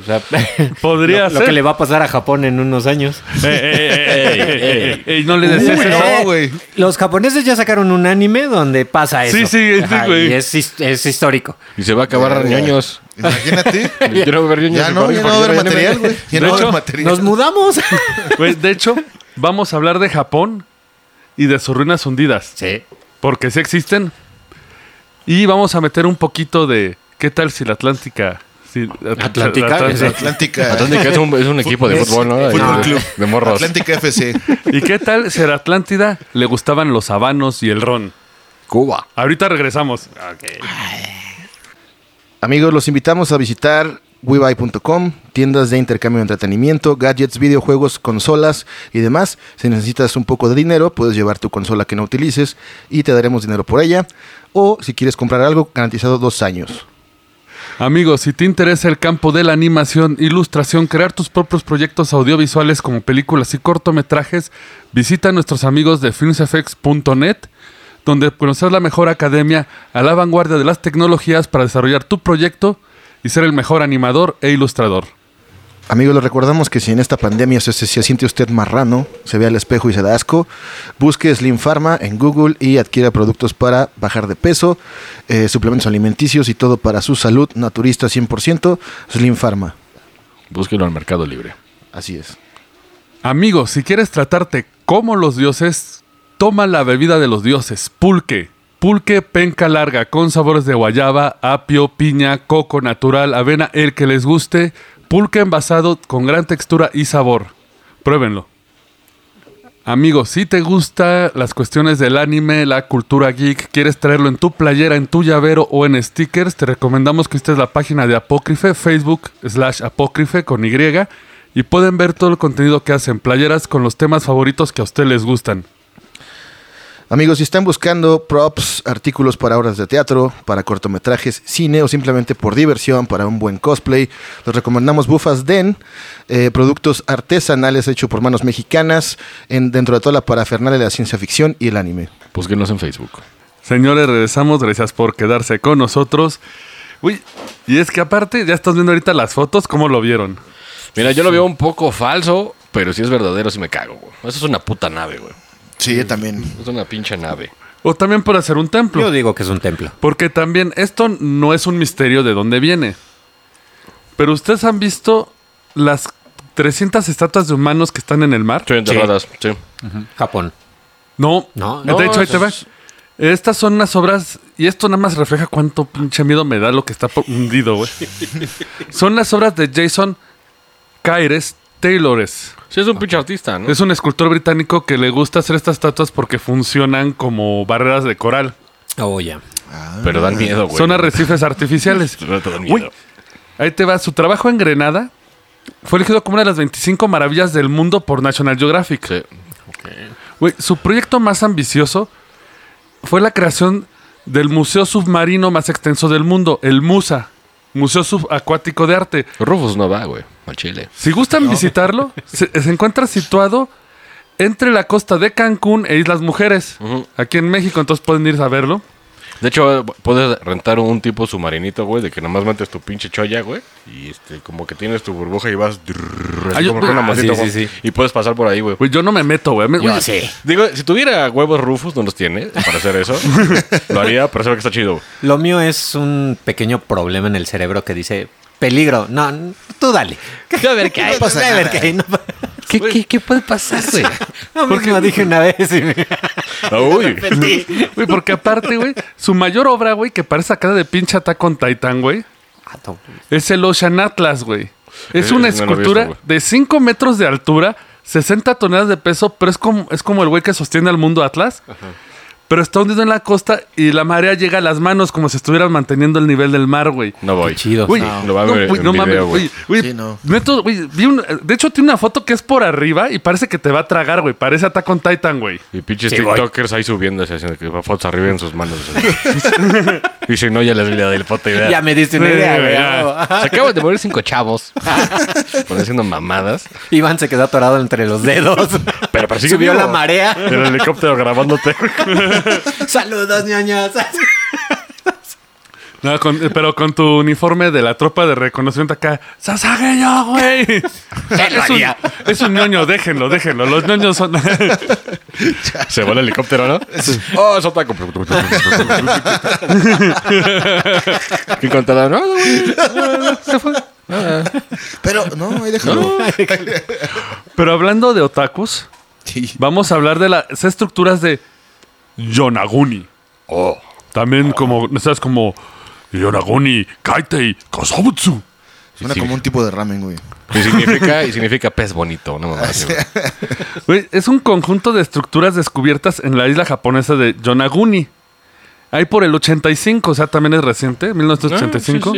O sea,
Podría
lo, lo
ser.
que le va a pasar a Japón en unos años.
Ey, ey, ey, ey, ey, ey, no le des
Uy,
eso.
no, güey.
eh, Los japoneses ya sacaron un anime donde pasa eso.
Sí, sí, sí,
Ajá,
güey.
Y es, his- es histórico.
Y se va a acabar
Verga.
ñoños.
Imagínate.
Yo no voy a ver ñoños
ya
en
no,
Japón
ya no
porque
va a haber
ya no hay
material,
anime.
güey. Ya
De
no va a
hecho,
haber material.
Nos mudamos.
Güey, de hecho, vamos a hablar de Japón y de sus ruinas hundidas.
sí.
Porque sí existen. Y vamos a meter un poquito de. ¿Qué tal si la Atlántica. Si,
Atlántica,
la Atlántica-
ese.
Atlántica.
Atlántica es un, es un equipo de
Es-
fútbol, ¿no? Ahí
Fútbol
de-
Club.
De morros.
Atlántica FC.
¿Y qué tal si a la Atlántida le gustaban los habanos y el ron?
Cuba.
Ahorita regresamos.
Amigos, los invitamos a visitar WeBuy.com, tiendas de intercambio de entretenimiento, gadgets, videojuegos, consolas y demás. Si necesitas un poco de dinero, puedes llevar tu consola que no utilices y te daremos dinero por ella. O si quieres comprar algo, garantizado dos años.
Amigos, si te interesa el campo de la animación, ilustración, crear tus propios proyectos audiovisuales como películas y cortometrajes, visita a nuestros amigos de filmsfx.net, donde conocerás la mejor academia a la vanguardia de las tecnologías para desarrollar tu proyecto y ser el mejor animador e ilustrador.
Amigos, les recordamos que si en esta pandemia se, se- se siente usted marrano, se ve al espejo y se da asco, busque Slim Pharma en Google y adquiera productos para bajar de peso, eh, suplementos alimenticios y todo para su salud naturista 100%, Slim Pharma.
Búsquenlo al Mercado Libre.
Así es.
Amigos, si quieres tratarte como los dioses, toma la bebida de los dioses, pulque. Pulque penca larga con sabores de guayaba, apio, piña, coco natural, avena, el que les guste. Pulque envasado con gran textura y sabor. Pruébenlo. Amigos, si te gustan las cuestiones del anime, la cultura geek, quieres traerlo en tu playera, en tu llavero o en stickers, te recomendamos que estés la página de Apócrife, Facebook slash Apócrife con Y, y pueden ver todo el contenido que hacen, playeras con los temas favoritos que a usted les gustan.
Amigos, si están buscando props, artículos para obras de teatro, para cortometrajes, cine o simplemente por diversión, para un buen cosplay, les recomendamos Bufas Den, eh, productos artesanales hechos por manos mexicanas en, dentro de toda la parafernalia de la ciencia ficción y el anime.
Búsquenlos en Facebook.
Señores, regresamos. Gracias por quedarse con nosotros. Uy, y es que aparte, ya estás viendo ahorita las fotos, ¿cómo lo vieron?
Mira, yo lo veo un poco falso, pero si es verdadero, si me cago, güey. Eso es una puta nave, güey.
Sí, yo también.
Es una pinche nave.
O también por hacer un templo.
Yo digo que es un templo.
Porque también esto no es un misterio de dónde viene. Pero ustedes han visto las 300 estatuas de humanos que están en el mar.
Estoy enterradas, sí.
Japón.
No,
No,
de hecho, ahí te
eso
va.
es-
Estas son unas obras, y esto nada más refleja cuánto pinche miedo me da lo que está por- hundido, güey. son las obras de Jason Caires Taylores.
Sí, es un pinche artista, ¿no?
Es un escultor británico que le gusta hacer estas estatuas porque funcionan como barreras de coral.
Oh, ya.
Pero dan miedo, güey.
Son arrecifes artificiales.
Pero te dan
Uy,
miedo.
ahí te va. Su trabajo en Grenada fue elegido como una de las 25 maravillas del mundo por National Geographic.
Sí.
Güey, su proyecto más ambicioso fue la creación del museo submarino más extenso del mundo, el MUSA, Museo Subacuático de Arte.
Rufus no va, güey, a Chile.
Si gustan visitarlo, se, se encuentra situado entre la costa de Cancún e Islas Mujeres, aquí en México, entonces pueden ir a verlo.
De hecho, puedes rentar un tipo submarinito, güey, de que nomás metes tu pinche cholla, güey. Y este, como que tienes tu burbuja y vas. drrrr, así
Ah, yo-
como con una
ah,
mosita,
sí,
güey,
sí, sí.
Y puedes pasar por ahí, güey.
Güey, yo no me meto, güey. Me-
Yo
güey,
sí.
Digo, si tuviera huevos Rufus, no los tiene para hacer eso. lo haría, pero se ve que está chido. güey.
Lo mío es un pequeño problema en el cerebro que dice peligro. No, n- tú dale. A ver qué hay.
pasa
a ver
nada.
qué hay. No, pa-
¿Qué, qué, qué puede pasar, güey?
lo mismo dije una vez y me
No, Uy,
repetí.
Güey, porque aparte, güey, su mayor obra, güey, que parece sacada de pinche Attack con Titan, güey,
Ah, to-
es el Ocean Atlas, güey. Es
Eh,
una
no lo he visto,
escultura
güey.
de 5 metros de altura, 60 toneladas de peso, pero es como, es como el güey que sostiene al mundo Atlas. Pero está hundido en la costa y la marea llega a las manos como si estuvieran manteniendo el nivel del mar, güey.
no voy.
Qué chido.
Güey,
No.
Lo va a ver
güey,
en
no
video,
mames,
güey.
güey, güey,
Sí, no.
neto, güey, vi un- de hecho, tiene una foto que es por arriba y parece que te va a tragar, güey. Parece Attack on Titan, güey.
Y pinches
Sí, voy.
TikTokers ahí subiendo, así, haciendo que fotos arriba en sus manos. así. y si no, ya les le del puta idea.
Ya me diste una
Sí,
idea, güey.
ya.
Ah,
Se acaban de morir cinco chavos. Por haciendo mamadas.
Iván se quedó atorado entre los dedos.
Pero, pero sigue
Subió
vivo.
la marea.
El helicóptero grabándote.
Saludos, ñoños.
No, con- eh, pero con tu uniforme de la tropa de reconocimiento acá. ¡Sasage yo, güey! es, un,
haría.
es un ñoño, déjenlo, déjenlo. Los ñoños son.
Se va el helicóptero, ¿no? oh, es otaku. ¿Qué contaba? No, no, güey.
Pero, no, ahí déjalo.
pero hablando de otakus,
Sí.
vamos a hablar de las estructuras de Yonaguni.
Oh.
También como, ¿no sabes? Como Yonaguni, Kaitei, Kasabutsu.
Suena
sí.
como un tipo de ramen, güey.
Y significa, y significa pez bonito, no mames.
Güey, es un conjunto de estructuras descubiertas en la isla japonesa de Yonaguni. Ahí por el 85, o sea, también es reciente, 1985.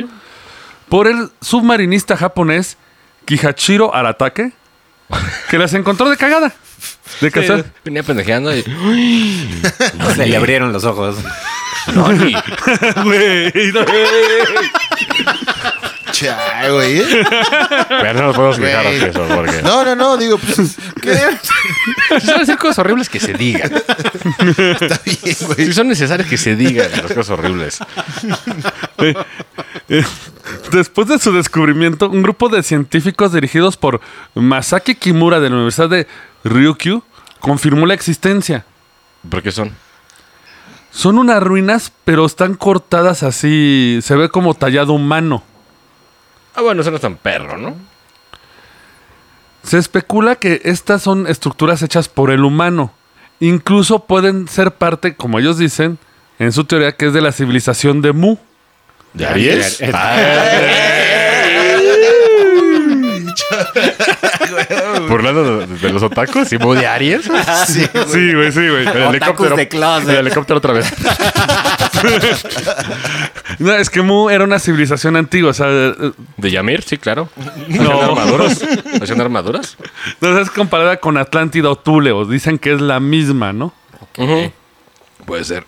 Por el submarinista japonés Kihachiro Aratake, que las encontró de cagada. De casual.
Venía pendejeando y.
Se le abrieron los ojos.
Noni.
Güey, no.
Chai, güey. ¿eh?
Pero no nos podemos quejar
Güey.
de eso, porque.
No, no, no, digo, pues, ¿qué?
Son las cosas horribles que se digan.
Está bien, güey.
Si son necesarias que se digan las cosas horribles.
Eh, Después de su descubrimiento, un grupo de científicos dirigidos por Masaki Kimura de la Universidad de Ryukyu confirmó la existencia.
¿Por qué son?
Son unas ruinas, pero están cortadas así. Se ve como tallado humano.
Ah, bueno, eso no es tan perro, ¿no?
Se especula que estas son estructuras hechas por el humano. Incluso pueden ser parte, como ellos dicen, en su teoría, que es de la civilización de Mu.
¿De Aries? Burlando de, de los otacos y muy de Aries.
Ah, Sí, güey.
Sí, güey, sí, güey.
El helicóptero,
de closet.
el helicóptero otra vez.
No, es que Mu era una civilización antigua. O sea, eh,
¿De Yamir? Sí, claro. ¿Haciendo
No.
armaduras? ¿Haciendo armaduras?
no es comparada con Atlántida o Tule, o dicen que es la misma, ¿no?
Ujú. Puede ser.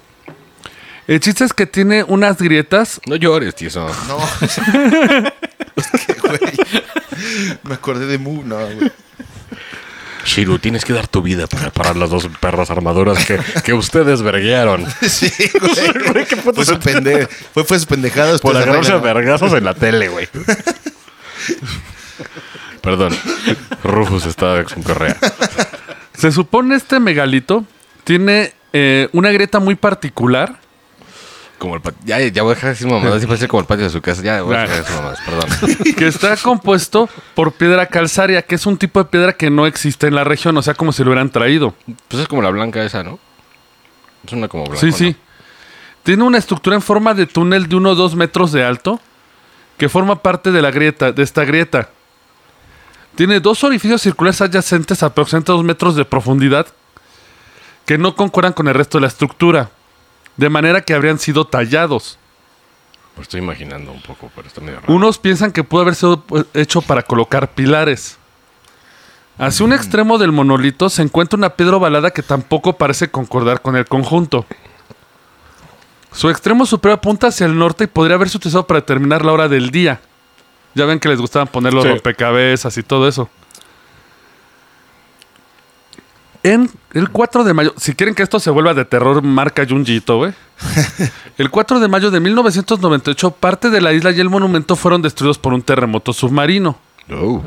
El chiste es que tiene unas grietas.
No llores, tío. eso.
No. Es que, güey. Me acordé de Mu, no, güey.
Shiru, tienes que dar tu vida para reparar las dos perras armaduras que, que ustedes verguearon.
Sí, güey.
¿Qué puto
fue, su
sentido?
pende- fue, fue su pendejada.
Por
ustedes
agarrarse a
arreglan.
vergazos en la tele, güey. Perdón. Rufus está con correa.
Se supone este megalito tiene eh, una grieta muy particular.
Como el pat- ya, ya voy a dejar de decir mamadas. Siempre ser como el patio de su casa. Ya voy a dejar de decir mamadas. Perdón.
que está compuesto por piedra calcárea, que es un tipo de piedra que no existe en la región, o sea, como si lo hubieran traído.
Pues es como la blanca esa, ¿no? Es una como blanca.
sí, sí. Tiene una estructura en forma de túnel de 1 o 2 metros de alto, que forma parte de la grieta, de esta grieta. Tiene dos orificios circulares adyacentes a aproximadamente 2 metros de profundidad, que no concuerdan con el resto de la estructura, de manera que habrían sido tallados.
Lo estoy imaginando un poco, pero está medio raro.
Unos piensan que pudo haber sido pues, hecho para colocar pilares. Hacia un extremo del monolito se encuentra una piedra ovalada que tampoco parece concordar con el conjunto. Su extremo superior apunta hacia el norte y podría haberse utilizado para determinar la hora del día. Ya ven que les gustaban poner los
Sí.
rompecabezas y todo eso. En el 4 de mayo, si quieren que esto se vuelva de terror, marca Junjito, güey. El 4 de mayo de 1998, parte de la isla y el monumento fueron destruidos por un terremoto submarino.
Oh.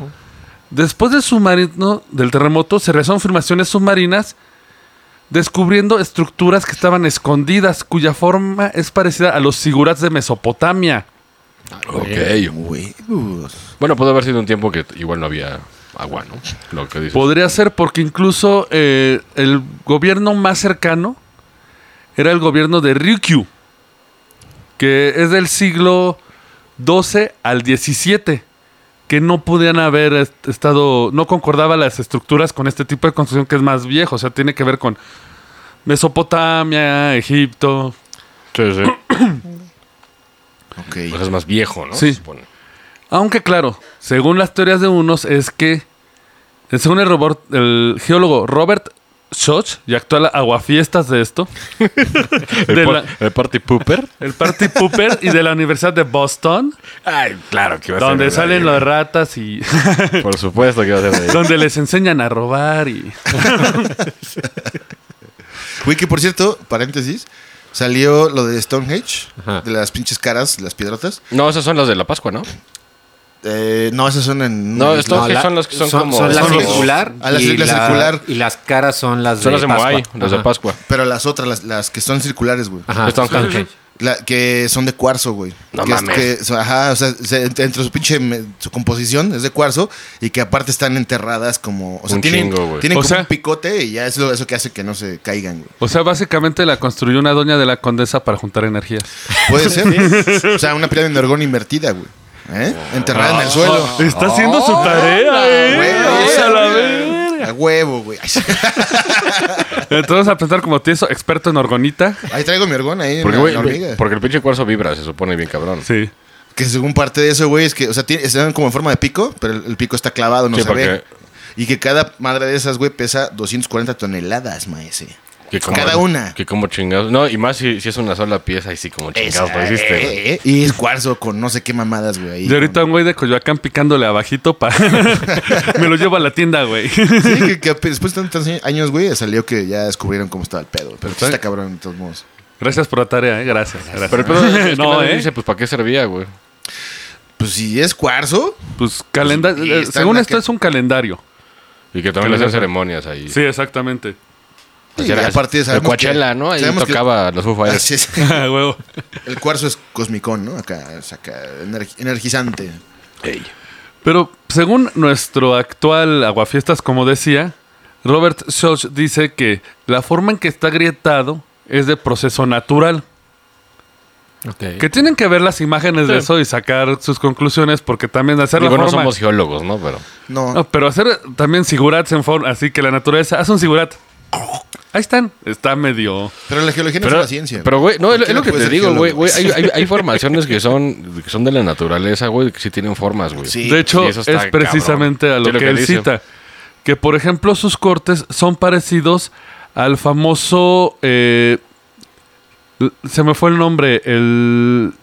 Después del submarino, del terremoto, se realizaron filmaciones submarinas descubriendo estructuras que estaban escondidas, cuya forma es parecida a los sigurats de Mesopotamia.
Ok.
Huevos.
Bueno, puede haber sido un tiempo que igual no había agua, ¿no? Lo que dices.
Podría ser porque incluso eh, el gobierno más cercano era el gobierno de Ryukyu, que es del siglo XII al XVII, que no podían haber est- estado, no concordaba las estructuras con este tipo de construcción que es más viejo, o sea, tiene que ver con Mesopotamia, Egipto.
Sí, sí.
Ok.
Pues es más viejo, ¿no?
Sí.
Se supone.
Aunque claro, según las teorías de unos es que, según el, robot- el geólogo Robert Schoch, y actual aguafiestas de esto,
El,
De
par-
la-
el party pooper.
El Party Pooper y de la Universidad de Boston,
Ay, claro que va a ser.
donde
de
salen
ahí.
las ratas y
Por supuesto que va a ser. de ahí.
donde les enseñan a robar y
Güey, que por cierto, paréntesis, salió lo de Stonehenge,
Ajá.
de las pinches caras, las piedrotas.
No, esas son las de la Pascua, ¿no?
Eh, no, esas son en...
No, esto-
No,
que
la-
son las que son como-
la
son los-
circular.
a la
y
circula
la-
circular.
Y las caras son las de
Son las de
Pascua.
Moai, las de
Ajá.
Pascua.
Pero las otras, las, las que son circulares, güey.
Ajá.
Están-
Stonehenge.
La- que son de cuarzo, güey.
No
que es-
mames.
que son- ajá, o sea, se- ent- entre su pinche me- su composición es de cuarzo y que aparte están enterradas como, o sea,
Un
tienen,
chingo, güey.
tienen
O
como
sea-
un picote y ya es lo, eso que hace que no se caigan, güey.
o sea, básicamente la construyó una doña de la condesa para juntar energías.
Puede ser. o sea, una piedra de orgón invertida, güey. ¿Eh? Enterrada
Ah.
en el suelo.
Está haciendo su tarea,
Güey,
eh. O sea, la ve.
a huevo, güey. Ay, sí.
Entonces a pensar como tieso, experto en orgonita.
Ahí traigo mi orgón ahí. en
Porque,
la-
güey,
la hormiga.
porque el pinche cuarzo vibra, se supone bien cabrón.
Sí.
Que según parte de eso, güey, es que, o sea, tiene- están como en forma de pico, pero el, el pico está clavado, no
Sí,
se ve.
porque-
Y que cada madre de esas, güey, pesa 240 toneladas, maese.
Que como-
Cada una.
Que como chingados. No, y más si, si es una sola pieza y sí, como chingados lo hiciste. güey.
Eh, eh, y es cuarzo con no sé qué mamadas, güey. ahí.
Y ahorita un güey de Coyoacán picándole abajito para me lo llevo a la tienda, güey.
Sí, que, que después de tantos años, güey, salió que ya descubrieron cómo estaba el pedo. Pero pues está cabrón, de todos modos.
Gracias por la tarea, eh. Gracias. gracias.
Pero el pedo es que
no,
nadie
eh.
dice, pues, ¿para qué servía, güey?
Pues si es cuarzo,
Pues calenda-
y
eh,
está
según
la
esto
que-
es un calendario.
Y que
Que
también
le
hacen
hacen-
ceremonias ahí.
Sí, exactamente.
y aparte
de
sabemos que-
Pues Coachella, ¿no? Ahí
sabemos que-
tocaba los Foo Fighters.
así es.
Ah, huevo.
el cuarzo es cosmicón, ¿no? Acá, o sea, acá, energi- energizante.
Pero según nuestro actual aguafiestas, como decía, Robert Schoch dice que la forma en que está grietado es de proceso natural. Que tienen que ver las imágenes de eso y sacar sus conclusiones, porque también hacer la
Digo, no
forma-
somos geólogos, ¿no? Pero
No,
No, pero hacer también sigurats en forma, así que la naturaleza, haz un sigurat. Ahí están, está medio...
pero la geología no es
pero,
una ciencia.
pero, güey, no, es, lo- es
¿Quién
lo que
puede
te
ser
digo, güey.
geólogo?
güey, Hay, hay- hay formaciones que son, que son de la naturaleza, güey, que sí tienen formas, güey.
Sí.
De hecho,
sí, eso
es
está cabrón.
precisamente a lo
Sí, lo
que,
que
él
dice.
cita. Que, por ejemplo, sus cortes son parecidos al famoso... eh, l- se me fue el nombre, el...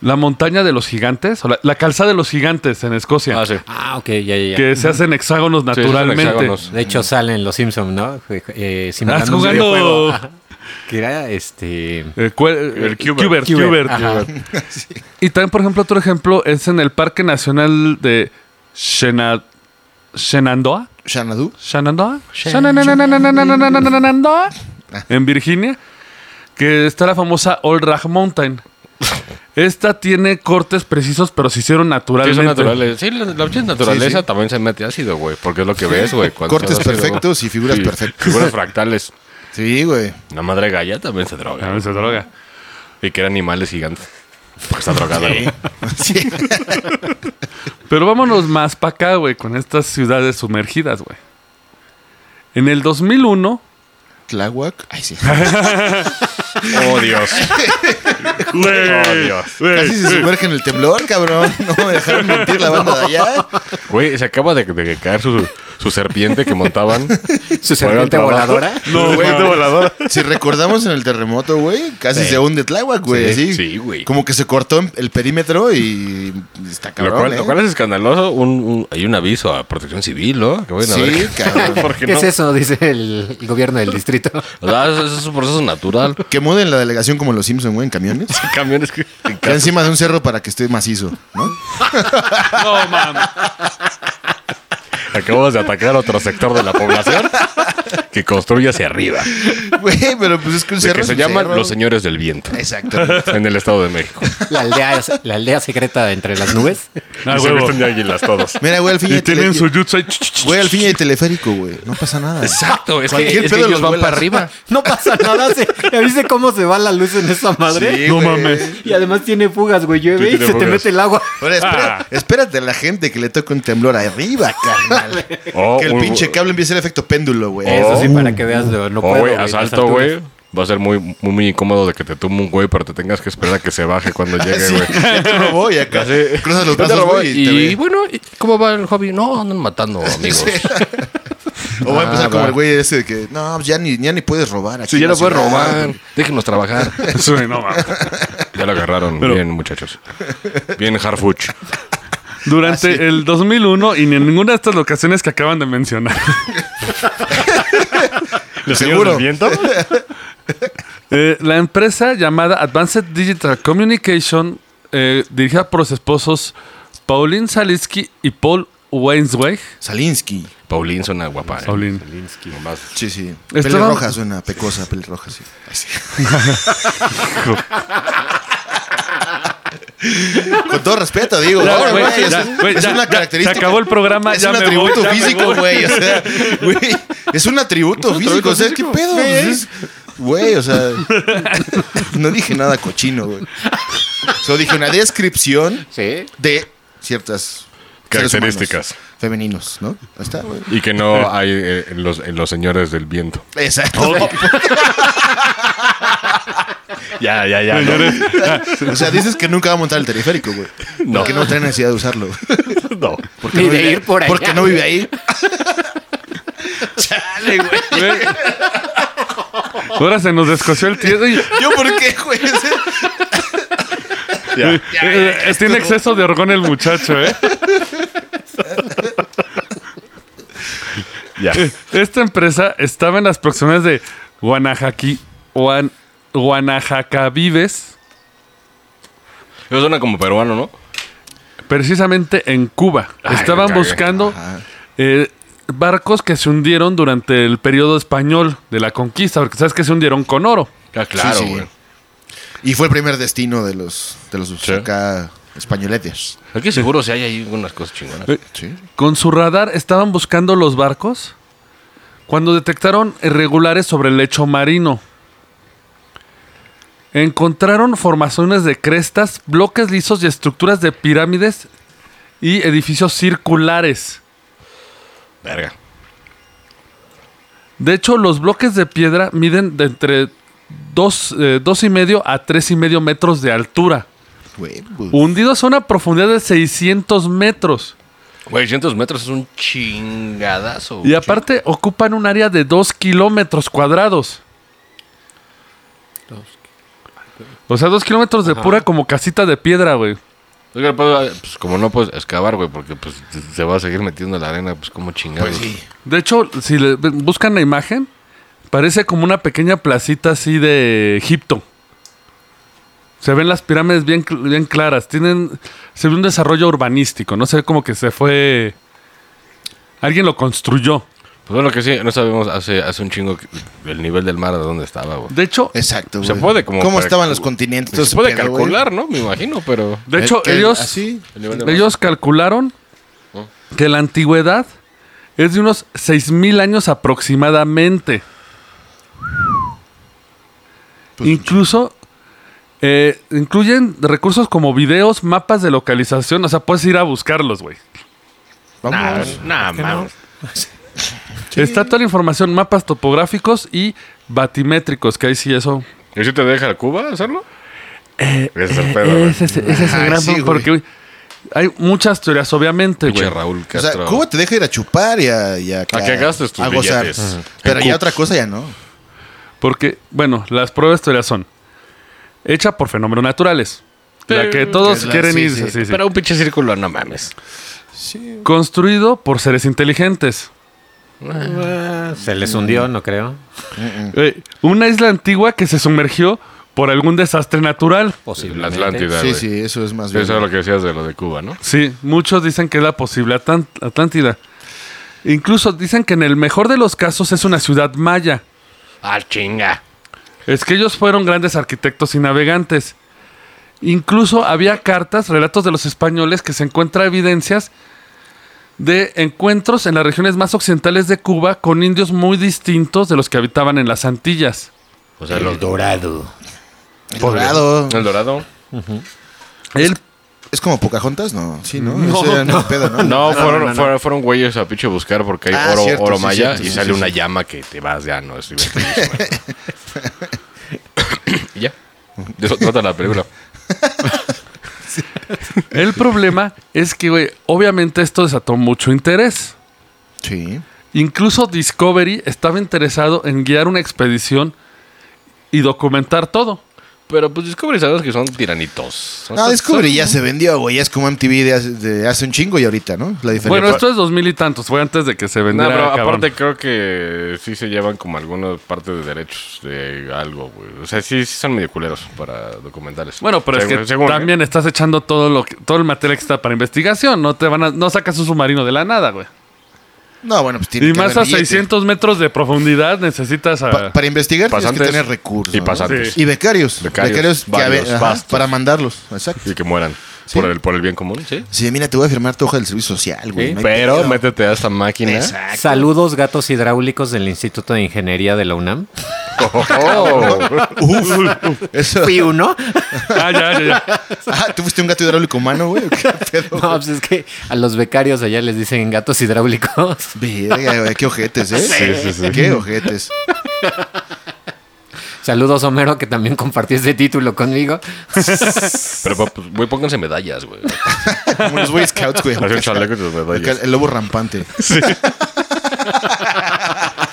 La montaña de los gigantes, o la, la calzada de los gigantes en Escocia,
Ah, sí.
Ah, ok, ya, ya, ya.
que se hacen hexágonos
son
naturalmente.
hexágonos.
De hecho, salen los Simpsons, ¿no? Eh, simulando
Estás
un
jugando
videojuego. Que era este.
eh, cue- eh, Cubert,
Cubert,
Cubert.
ajá.
Y también, por ejemplo, otro ejemplo es en el Parque Nacional de Shena- Shenandoah.
Xanadu.
Shenandoah. Shenandoah. En Virginia. Que está la famosa Old Rag Mountain. Esta tiene cortes precisos, pero se hicieron
Sí,
naturalmente.
son naturales. Sí, la, la pinche naturaleza
Sí, sí.
también se mete ácido, güey. Porque es lo que ves, güey. cuando
Cortes
se hace ácido,
perfectos y figuras perfectas.
Figuras fractales.
Sí, güey.
La madre galla también se droga.
Esa Ah, droga.
Y que eran animales gigantes. Porque está drogada, güey.
Sí.
Pero vámonos más para acá, güey, con estas ciudades sumergidas, güey. En el 2001,
Tláhuac. Ay, sí.
Oh, Dios. Oh, Dios.
Casi se sumerge en el temblor, cabrón. No me dejaron mentir la banda de allá.
Güey, se acaba de, de caer su, su serpiente que montaban.
¿Su serpiente
Fueron trabajo.
voladora?
No, güey. Si recordamos en el terremoto, güey, casi se hunde Tláhuac, güey.
Sí,
así.
sí, güey.
Como que se cortó el perímetro y está
Lo cual,
cabrón,
lo
¿eh?
cual es escandaloso. Un, un- hay un aviso a protección civil, ¿no? Que vayan a
Sí,
ver.
cabrón.
Porque
¿Qué
no.
es eso? Dice el gobierno del distrito.
O sea, eso, eso es un proceso natural.
Que muden la delegación como los Simpson, güey, en camiones.
Camiones que.
Que encima de un cerro para que esté macizo, ¿no?
no mames.
Acabas de atacar a otro sector de la población que construye hacia arriba.
Güey, pero pues es que un
De
cerro.
que
es
se
un
llaman
cerro.
los señores del viento
Exacto.
en el Estado de México.
La aldea, la aldea secreta entre las nubes.
Ah,
y se
huevo.
visten de águilas todos.
Mira, güey, al fin y
Y
al
tienen su
tele-
jutsu ahí.
Güey, al fin y al teleférico, güey. No pasa nada.
Exacto, es
Cualquier pedo los vuelas.
No pasa nada. Se, ¿ya ¿Viste cómo se va la luz en esa madre?
Sí,
No
güey.
mames.
Y además tiene fugas, güey. Llueve
Sí,
y
tiene
se te
fugas.
mete el agua.
Ahora,
Ah.
espera- espérate a la gente que le toque un temblor arriba, carnal.
O
que el
Oh, un-
pinche cable empiece el efecto péndulo, güey.
Oh,
Eso sí, para que veas, no, no
o,
puedo.
Oh, güey,
las
asalto,
alturas.
güey. Va a ser muy, muy, muy incómodo de que te tumbe un güey, pero te tengas que esperar a que se baje cuando llegue,
Sí,
güey.
ya te robó y acá. Cruzas los
Ya te
brazos,
robó
güey, y te ve.
bueno, ¿y ¿cómo va el hobby? No, andan matando amigos.
O va a empezar
Ah,
como
va.
el güey ese de que, no, pues ya ni, ya ni puedes robar aquí.
Si ya
en la
lo puedes
ciudad".
robar, déjenos trabajar.
Sí, no mames.
Ya lo agarraron. Bien, muchachos. Bien, Harfuch.
Durante el 2001 y ni en ninguna de estas locaciones que acaban de mencionar.
Seguro.
Eh, la empresa llamada Advanced Digital Communication, eh, dirigida por los esposos Pauline Salisky y Paul Weinsweig.
Salinsky.
Paulín suena guapa. eh.
Paulín.
Nomás.
Sí, sí.
Estaba-
Pelirroja suena, pecosa, pelirroja, sí. Ay, sí. Con todo respeto, digo.
Ya,
ahora,
güey,
güey, es,
ya,
un-
güey,
es
ya,
una
ya,
característica.
se acabó el programa,
Es
ya
un
me
atributo
voy, ya me
físico,
voy.
güey. O sea, güey, es un atributo físico. O sea, ¿qué pedo? Pues es- Güey, o sea, no dije nada cochino, güey. Solo dije una descripción
Sí.
de ciertas seres humanos
Características.
femeninos, ¿no? Ahí está, güey.
Y que no hay eh, en los, en los señores del viento.
Exacto.
Ya, ya, ya.
O sea, dices que nunca va a montar el teleférico, güey.
No.
Porque no tiene necesidad de usarlo.
No.
Y de ir por allá.
Porque no vive ahí.
Güey. Eh, Ahora se nos descosió el tío. Eh, y-
¿Yo por qué, güey? O sea,
Eh, eh, Tiene exceso de orgón el muchacho, ¿eh?
Ya.
Eh, Esta empresa estaba en las proximidades de Guanajaqui, Guan, Guanajacavives,
Eso suena como peruano, ¿no?
precisamente en Cuba.
Ay,
Estaban
me cagué.
buscando eh, barcos que se hundieron durante el periodo español de la conquista, porque sabes que se hundieron con oro.
Ah,
Sí, sí. Y fue el primer destino de los, de los acá españoletes.
Aquí seguro si hay ahí unas cosas chingonas.
Sí.
Con su radar estaban buscando los barcos cuando detectaron irregulares sobre el lecho marino. Encontraron formaciones de crestas, bloques lisos y estructuras de pirámides y edificios circulares.
Verga.
De hecho, los bloques de piedra miden de entre 2 y medio a tres y medio metros de altura,
Güey,
Uh,
pues,
hundidos a una profundidad de 600 metros.
Güey, 100 metros es un chingadazo.
Y aparte ocupan un área de 2 kilómetros cuadrados. O sea, dos kilómetros de pura como casita de piedra, güey.
Es que, pues, pues, como no puedes excavar, güey, porque pues se va a seguir metiendo la arena, pues como chingados.
Pues sí.
De hecho, si le- buscan la imagen, parece como una pequeña placita así de Egipto. Se ven las pirámides bien, cl- bien claras. Tienen, se ve un desarrollo urbanístico. No sé, como que se fue... Alguien lo construyó.
Pues bueno, que sí, no sabemos hace, hace un chingo que- el nivel del mar de dónde estaba, güey.
De hecho,
Exacto,
Se
güey.
puede como
¿Cómo
para-
estaban los continentes? todo
Se
ese
puede
pedo, güey?
calcular, ¿no? Me imagino, pero...
de hecho
Eh, Que-
ellos...
Así.
el nivel del mar-
Ellos calcularon que la antigüedad es de unos 6.000 años aproximadamente.
Pues,
Incluso eh, incluyen recursos como videos, mapas de localización. O sea, puedes ir a buscarlos, güey.
Vamos.
Nah, mames.
Está toda la información, mapas topográficos y batimétricos, que ahí sí eso.
¿Y si te deja Cuba hacerlo? Ese es el pedo, güey.
Eh, Ese, es- ese es el
Ay,
gran
Ah, sí, güey.
porque güey, hay muchas teorías, obviamente,
Pinche
güey.
Raúl
O
Castro.
sea, Cuba te deja ir a chupar y a... Y a,
A que gastes tus
A gozar.
billetes. Ajá.
Pero
En
ya
cups.
otra cosa ya no.
Porque, bueno, las pruebas teorías son hechas por fenómenos naturales. La que
Que
todos
es la-
quieren
sí,
irse.
sí.
sí, sí.
Pero un pinche círculo, no mames.
Construido por seres inteligentes.
Ah, Se les hundió, no creo.
Mm.
Eh, una isla antigua que se sumergió por algún desastre natural.
Posible.
La Atlántida,
Sí,
güey.
sí, eso es más
Eso
bien.
es lo que decías de lo de Cuba, ¿no?
Sí, muchos dicen que es la posible Atlan- Atlántida. Incluso dicen que en el mejor de los casos es una ciudad maya.
Ah, chinga.
Es que ellos fueron grandes arquitectos y navegantes. Incluso había cartas, relatos de los españoles que se encuentra evidencias de encuentros en las regiones más occidentales de Cuba con indios muy distintos de los que habitaban en las Antillas.
O sea, los
Dorado.
El dorado.
El dorado.
El-
¿Es como Pocahontas? No, sí, ¿no? Ese era el pedo, ¿no?
No, fueron, fueron, fueron güeyes a pinche buscar porque hay
Ah,
oro,
cierto,
oro
sí,
maya
cierto,
y
sí,
sale
sí,
una
sí.
llama que te vas ya, no es divertidísimo. Y ya. De eso trata la película.
el problema es que, güey, obviamente esto desató mucho interés.
Sí.
Incluso Discovery estaba interesado en guiar una expedición y documentar todo.
Pero pues Discovery sabes que son tiranitos.
No, Discovery ya se vendió, güey. Ya es como MTV de hace, de hace un chingo y ahorita, ¿no? La diferencia.
Bueno, esto es dos mil y tantos, fue antes de que se
No,
vendiera.
pero
cabrón.
aparte creo que sí se llevan como algunas partes de derechos de algo, güey. O sea, sí, sí son medio culeros para documentales.
Bueno, pero es
Según-
que
según, ¿eh?
también estás echando todo lo que- todo el material que está para investigación. No te van a, no sacas un submarino de la nada, güey.
no, bueno, pues tiene
Y
que
más
haber
a
billete.
600 metros de profundidad necesitas a...
Pa- para investigar tienes
eh, Pasantes
que tener recursos.
y
¿no?
pasantes.
Y becarios.
Becarios,
Becarios, que
varios,
haber- ajá,
bastos.
para mandarlos. Exacto.
Y que mueran.
Sí.
Por, el, por el bien común, sí.
Sí, mira, te voy a firmar tu hoja del servicio social, güey. no hay
Pero
pedo.
métete a esta máquina.
Ah,
Exacto.
Saludos, gatos hidráulicos del Instituto de Ingeniería de la UNAM.
Oh.
Uf, eso.
Fui uno.
Ah, ya, ya, ya.
Ah, ¿tú fuiste un gato hidráulico humano, güey? ¿Qué pedo?
No, pues es que a los becarios allá les dicen gatos hidráulicos.
Verga, güey, qué ojetes, ¿eh?
Sí, sí, sí.
Qué ojetes.
Saludos, Homero, que también compartió este título conmigo.
Pero, pues, güey, pónganse medallas, güey.
Como los Boy Scouts, güey.
Hacer chaleco y tus
Acá
medallas.
El lobo rampante.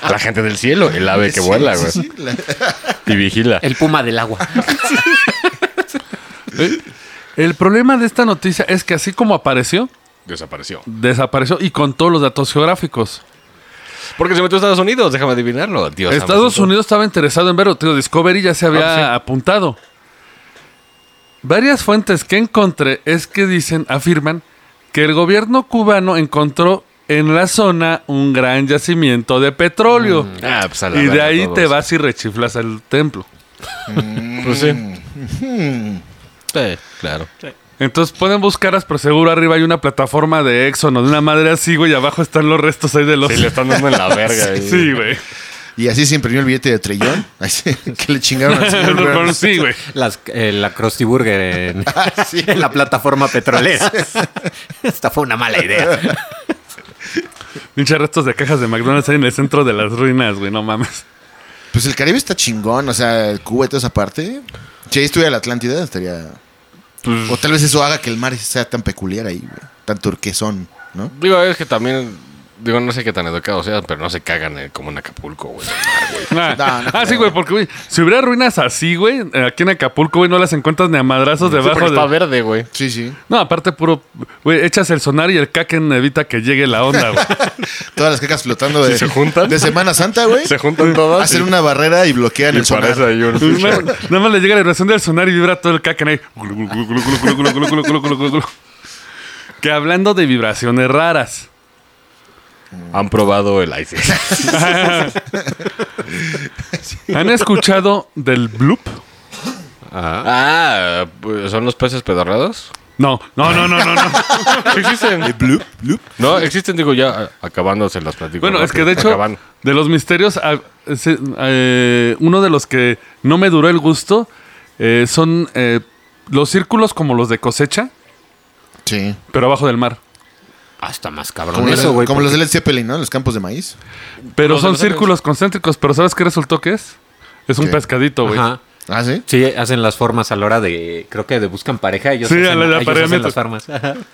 La gente del cielo, el ave que vuela, güey.
Sí, sí, la-
Y vigila.
El puma del agua.
El problema de esta noticia es que así como apareció,
Desapareció.
desapareció y con todos los datos geográficos.
Porque se metió a Estados Unidos, déjame adivinarlo. Dios Ah,
Estados Unidos estaba interesado en verlo. Tío, Discovery ya se había
sí.
apuntado. Varias fuentes que encontré es que dicen, afirman, que el gobierno cubano encontró en la zona un gran yacimiento de petróleo.
Ah, pues a la
y de
verga
ahí
todos.
te vas y rechiflas al templo.
Pues sí. Sí, claro.
Entonces pueden buscarlas, pero seguro arriba hay una plataforma de Exxon o de una madre así, güey, y abajo están los restos ahí de los...
Sí, le están dando en la verga. güey.
Sí, güey.
Y así se imprimió el billete de trillón. Así que le chingaron al señor
Pero
Burns.
sí, güey.
Las, eh, la Krusty Burger en,
Ah, sí.
en la plataforma petrolera. Esta fue una mala idea.
Pinche restos de cajas de McDonald's ahí en el centro de las ruinas, güey, no mames.
Pues el Caribe está chingón, o sea, Cuba y toda esa parte. Si ahí estuviera la Atlántida, estaría.
Pues-
O tal vez eso haga que el mar sea tan peculiar ahí, güey. Tan turquesón, ¿no?
Digo, es que también Digo, no sé qué tan educados sean, pero no se cagan eh, como en Acapulco, güey.
Ah,
No, no
ah, sí,
creo.
güey, porque, güey, si hubiera ruinas así, güey, aquí en Acapulco, güey, no las encuentras ni a madrazos
Pero
debajo
está
de.
verde, güey.
Sí, sí.
No, aparte, puro. Güey, echas el sonar y el caquen evita que llegue la onda, güey.
Todas las quecas flotando de,
se juntan.
de Semana Santa, güey.
Se juntan todas.
Hacen una barrera y bloquean
y
el sonar.
parece ahí un
Pues, Nada nada más le llega la vibración del sonar y vibra todo el caca ahí. Que hablando de vibraciones raras.
Han probado el ice.
¿Han escuchado del bloop?
Ah, pues, ¿son los peces pedorrados?
No, no, no, no, no. no.
Existen.
Bloop, bloop.
No, existen, digo, ya ah, acabando se las platico.
Bueno, es que
rápido.
de hecho,
Acaban.
de los misterios, ah, ese, eh, uno de los que no me duró el gusto eh, son eh, los círculos como los de cosecha,
Sí.
pero abajo del mar.
Hasta más cabrón
Como,
eso,
los,
güey.
como
porque-
los de Led Zeppelin, ¿no? Los campos de maíz.
Pero
Los de
son
los aliens.
círculos concéntricos, pero ¿sabes qué resultó que es? Es un
¿Qué?
pescadito, güey.
Ajá.
Ah, sí.
Sí, hacen las formas a la hora de. Creo que de buscan pareja. Ellos
Sí,
hacen,
a la de
ellos hacen
apareamiento.
las formas.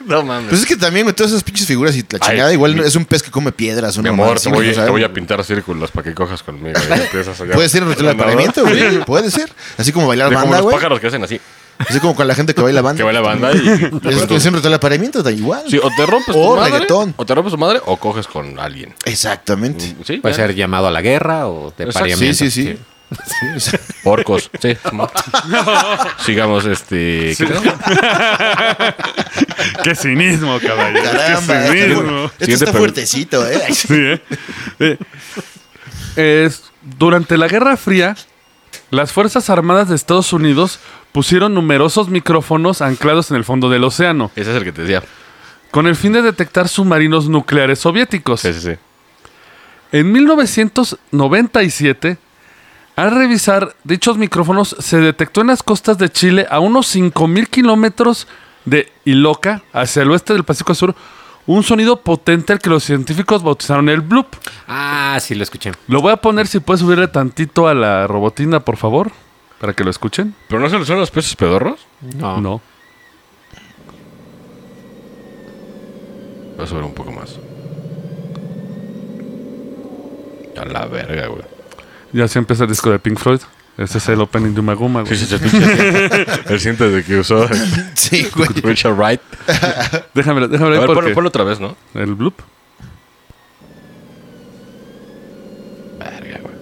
No mames.
Pues es que también, güey, todas esas pinches figuras y la chingada, igual es un pez que come piedras. o
Mi
una
amor,
mamada
te
así,
voy,
¿no?
te
¿Sabes?
voy a pintar círculos para que cojas conmigo. y empiezas allá.
Puede ser un ritual de
¿No?
apareamiento, güey. Puede ser. Así como bailar
Sí, como
banda,
los
güey.
pájaros que hacen así.
Así como con la gente que baila banda.
Que va la banda y...
Es, es un ritual de apareamiento, da igual.
Sí, o te rompes
O
tu madre,
reggaetón.
o te rompes tu madre, o coges con alguien.
Exactamente.
Sí,
Puede
ya.
ser llamado a la guerra o de
Exacto.
Sí,
pareamiento.
sí, sí. Sí.
Orcos. Sí. Sigamos, este... ¿qué tenemos?
Qué cinismo, caballero.
Caramba,
Qué
esto-
cinismo.
esto
Siguiente
está
pregunta.
fuertecito, ¿eh? Ay, sí.
Sí, ¿eh? Eh, es- durante la Guerra Fría, las Fuerzas Armadas de Estados Unidos pusieron numerosos micrófonos anclados en el fondo del océano,
Ese es el que te decía.
con el fin de detectar submarinos nucleares soviéticos.
Sí, sí, sí.
En 1997, al revisar dichos micrófonos, se detectó en las costas de Chile, a unos 5.000 kilómetros de Iloca, hacia el oeste del Pacífico Sur, un sonido potente al que los científicos bautizaron el bloop.
Ah, sí, lo escuché.
Lo voy a poner si puedes subirle tantito a la robotina, por favor, para que lo escuchen.
¿Pero no se lo son los peces pedorros?
No.
No.
Voy a subir un poco más. A la verga, güey.
Ya se empieza el disco de Pink Floyd. Ese es el opening de Uma Guma, güey.
Sí, sí, sí, pinche- El cinta de que usó
Sí, güey.
Richard Wright.
Déjamelo, déjamelo ahí
A ver,
porque...
ponlo, ponlo otra vez, ¿no?
El bloop.
Verga, güey.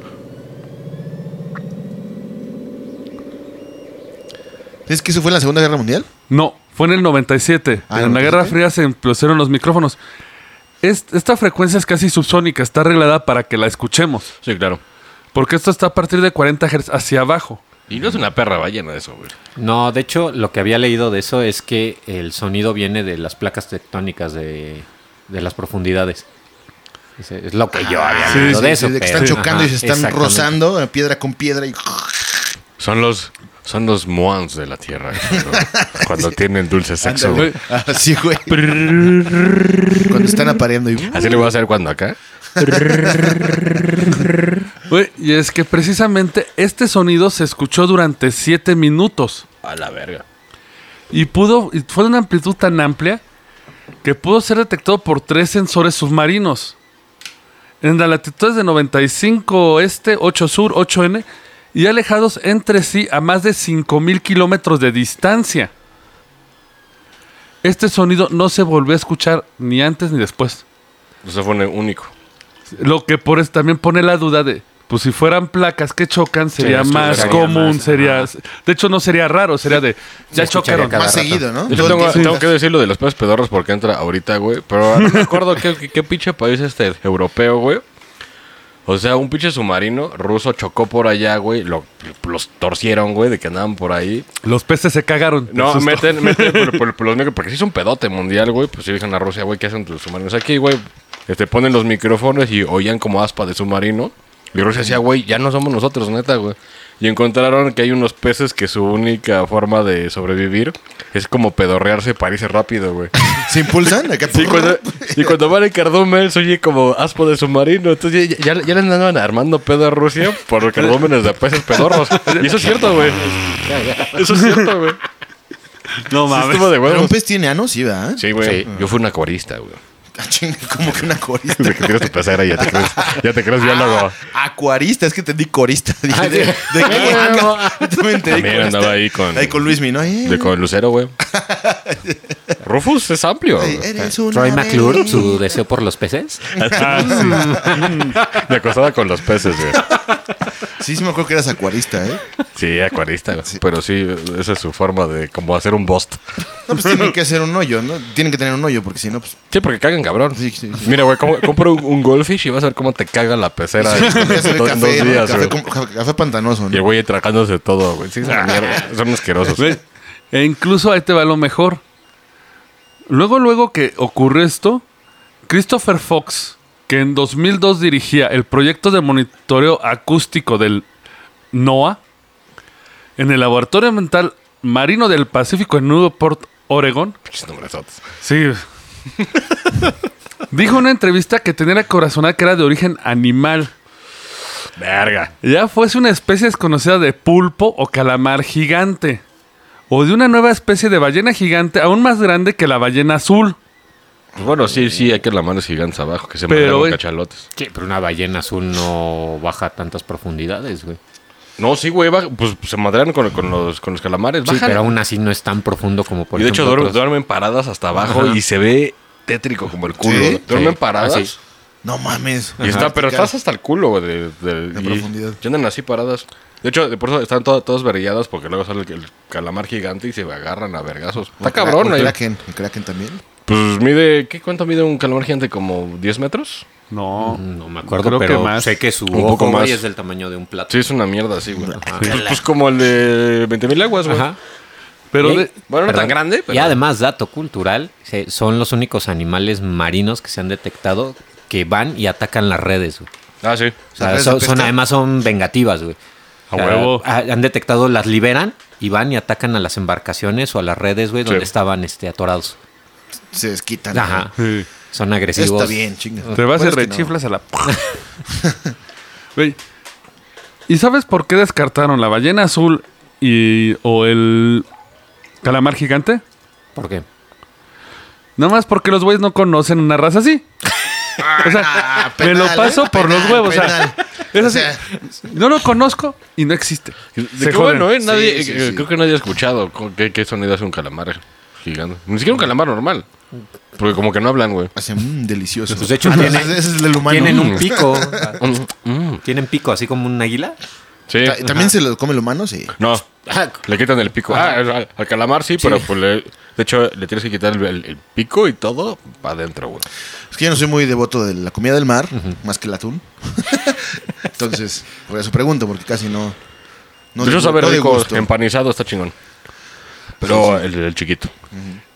¿Es que eso fue en la Segunda Guerra Mundial?
No, fue en el 97.
Ah,
en la
97.
Guerra Fría se impusieron los micrófonos. Es- esta frecuencia es casi subsónica, está arreglada para que la escuchemos.
Sí, claro.
Porque esto está a partir de 40 Hz hacia abajo.
Y no es una perra ballena eso, güey.
No, de hecho, lo que había leído de eso es que el sonido viene de las placas tectónicas de, de las profundidades. Ese Es lo que yo había
Sí,
leído
sí,
de eso.
Ah, Sí, de que
pero-
están chocando y
ajá,
se están
exactamente.
rozando eh, piedra con piedra y
Son los, son los moans de la tierra. Cuando, cuando tienen dulce sexo, güey.
así, güey. Cuando están apareando y uh,
Así le voy a hacer cuando acá.
Güey, y es que precisamente este sonido se escuchó durante 7 minutos.
A la verga.
Y pudo, y fue de una amplitud tan amplia que pudo ser detectado por tres sensores submarinos. En las latitudes de 95 oeste, 8 sur, 8N, y alejados entre sí a más de 5.000 kilómetros de distancia. Este sonido no se volvió a escuchar ni antes ni después.
Eso fue un único.
Lo que por eso también pone la duda de, pues si fueran placas que chocan, sería
esto
más
sería
común,
más,
sería... De hecho, no sería raro, sería de, ya
escucharía
chocaron.
cada
más
rato.
seguido, ¿no?
Yo
Todo el
tengo,
tiempo.
tengo que decir lo de los peces pedorros porque entra ahorita, güey. Pero no me acuerdo qué, qué- qué pinche país este europeo, güey. O sea, un pinche submarino ruso chocó por allá, güey. Lo, los torcieron, güey, de que andaban por ahí.
Los peces se cagaron. del
No,
susto.
meten, meten por, por- por los micro- porque si es un pedote mundial, güey. Pues si dicen a Rusia, güey, ¿qué hacen los submarinos aquí, güey? Este, ponen los micrófonos y oían como aspa de submarino. Y Rusia decía, güey, ya no somos nosotros, neta, güey. Y encontraron que hay unos peces que su única forma de sobrevivir es como pedorrearse para irse rápido, güey.
Se impulsan acá.
Sí, cuando, y cuando van en cardúmenes, oye, como aspo de submarino. Entonces ya, ya- ya le andaban armando pedo a Rusia por cardúmenes de peces pedorros. Y eso es cierto, güey. Eso es cierto, güey.
No
Sí
mames.
estuvo de
Pero un
huevos.
pez tiene ano, sí, ¿verdad?
Sí, güey. Yo fui un acuarista, güey.
Ah, chinga, como que una corista.
Desde que tienes tu pecera ya te crees, ya te crees biólogo.
Ah, Acuarista, es que te di corista. Dije,
Ah,
de,
sí.
de qué acá. Yo también entendí
También
corista.
andaba ahí con-
Ahí con Luis Mino. Eh,
De con Lucero, güey. Rufus es amplio. güey.
eres una
Troy McClure,
bebé.
su deseo por los peces.
eh, Ah, mm. De acostada con los peces, güey.
Sí, sí me acuerdo que eras acuarista, ¿eh?
Sí, acuarista, güey. Pero sí, esa es su forma de como hacer un bust.
No, pues tienen que hacer un hoyo, ¿no? Tienen que tener un hoyo, porque si no, pues...
Sí, porque cagan, cabrón.
Sí, sí, sí.
Mira, güey, como- compra un, un goldfish y vas a ver cómo te caga la pecera en,
Podría ser
do- en
café,
dos
¿no?
días,
café,
güey.
con- Ah. ca- café pantanoso,
Y el
¿no?
güey tragándose todo, güey. Sí, son, mierda, son asquerosos.
Ve, E incluso ahí te va lo mejor. Luego, luego que ocurre esto, Christopher Fox, que en 2002 dirigía el proyecto de monitoreo acústico del NOAA, en el Laboratorio Ambiental Marino del Pacífico en Newport, Oregon,
Pinches nombresotes.
Sí. Dijo en una entrevista que tenía la corazonada que era de origen animal.
Verga.
Ya fuese una especie desconocida de pulpo o calamar gigante. O de una nueva especie de ballena gigante aún más grande que la ballena azul.
Pues bueno, sí, sí, hay que la mano gigantes abajo, que se
Pero,
me
güey.
cachalotes.
Sí, pero una ballena azul no baja a tantas profundidades, güey.
No, sí, güey, baja- pues se madrean con, con los, con los calamares.
Sí,
bajan.
pero aún así no es tan profundo como por
y de hecho
ejemplo,
duermen,
otros-
duermen paradas hasta abajo
Ajá.
y se ve tétrico como el culo.
Sí.
¿no? Duermen
Sí,
paradas.
así.
No mames.
Y está, pero estás hasta el culo, güey. De, de-
De
y-
profundidad.
Y andan así paradas. De hecho, de por eso están todas, todas vergueadas porque luego sale el, el calamar gigante y se agarran a vergazos. Está cabrón,
El
ahí.
Kraken, el Kraken también.
Pues mide, ¿qué cuánto mide un calamar gigante? ¿Como 10 metros?
No.
Mm,
No me acuerdo,
Creo que
pero
más.
sé que su
Un poco
ojo, güey,
más.
es del tamaño de un plato.
Sí, es una mierda así, güey. Pues, pues como el de 20.000 aguas, güey.
Ajá.
Pero
Y-
de-
Bueno, no
Perdón.
tan grande, pero...
Y además, dato cultural, se- son los únicos animales marinos que se han detectado que van y atacan las redes. güey.
Ah, sí.
O sea,
¿Las redes
son,
de
son-
pesca?
además son vengativas, güey.
A huevo.
ha- Han detectado, las liberan y van y atacan a las embarcaciones o a las redes, güey, donde
Sí.
estaban este, atorados.
Se desquitan.
Ajá.
Sí.
Son agresivos.
Está bien, chinga.
Te vas
Bueno,
y
es que no.
rechiflas a la. Güey. ¿Y sabes por qué descartaron la ballena azul y. o el. calamar gigante?
¿Por qué?
Nada más porque los güeyes no conocen una raza así. O sea,
Ah, penal,
me lo paso
¿eh?
por los
Penal,
huevos. o sea,
penal.
es
O
así.
sea.
No lo conozco y no existe.
De
Se
qué
joden.
bueno, ¿eh? Nadie,
Sí, sí,
eh,
sí.
Creo que nadie ha escuchado co- qué, qué sonido hace un calamar gigante. Ni siquiera un calamar normal. Porque como que no hablan, güey.
Hace mmm, delicioso.
Pues, de hecho,
Ah, no,
tiene-
ese ese es el del humano.
Tienen un
Mm.
pico.
Mm,
Tienen pico, así como un águila.
Sí.
Ta- ¿También se lo come el humano? Sí.
No, le quitan el pico. Ah, al, al calamar sí, pero pues le- de hecho le tienes que quitar el, el- el pico y todo para adentro, güey.
Es que yo no soy muy devoto de la comida del mar, más que el atún. Entonces, por eso pregunto, porque casi no. No
de hecho,
de-
sabe
no de
Pues rico,
gusto.
empanizado está chingón. Pero el, el chiquito.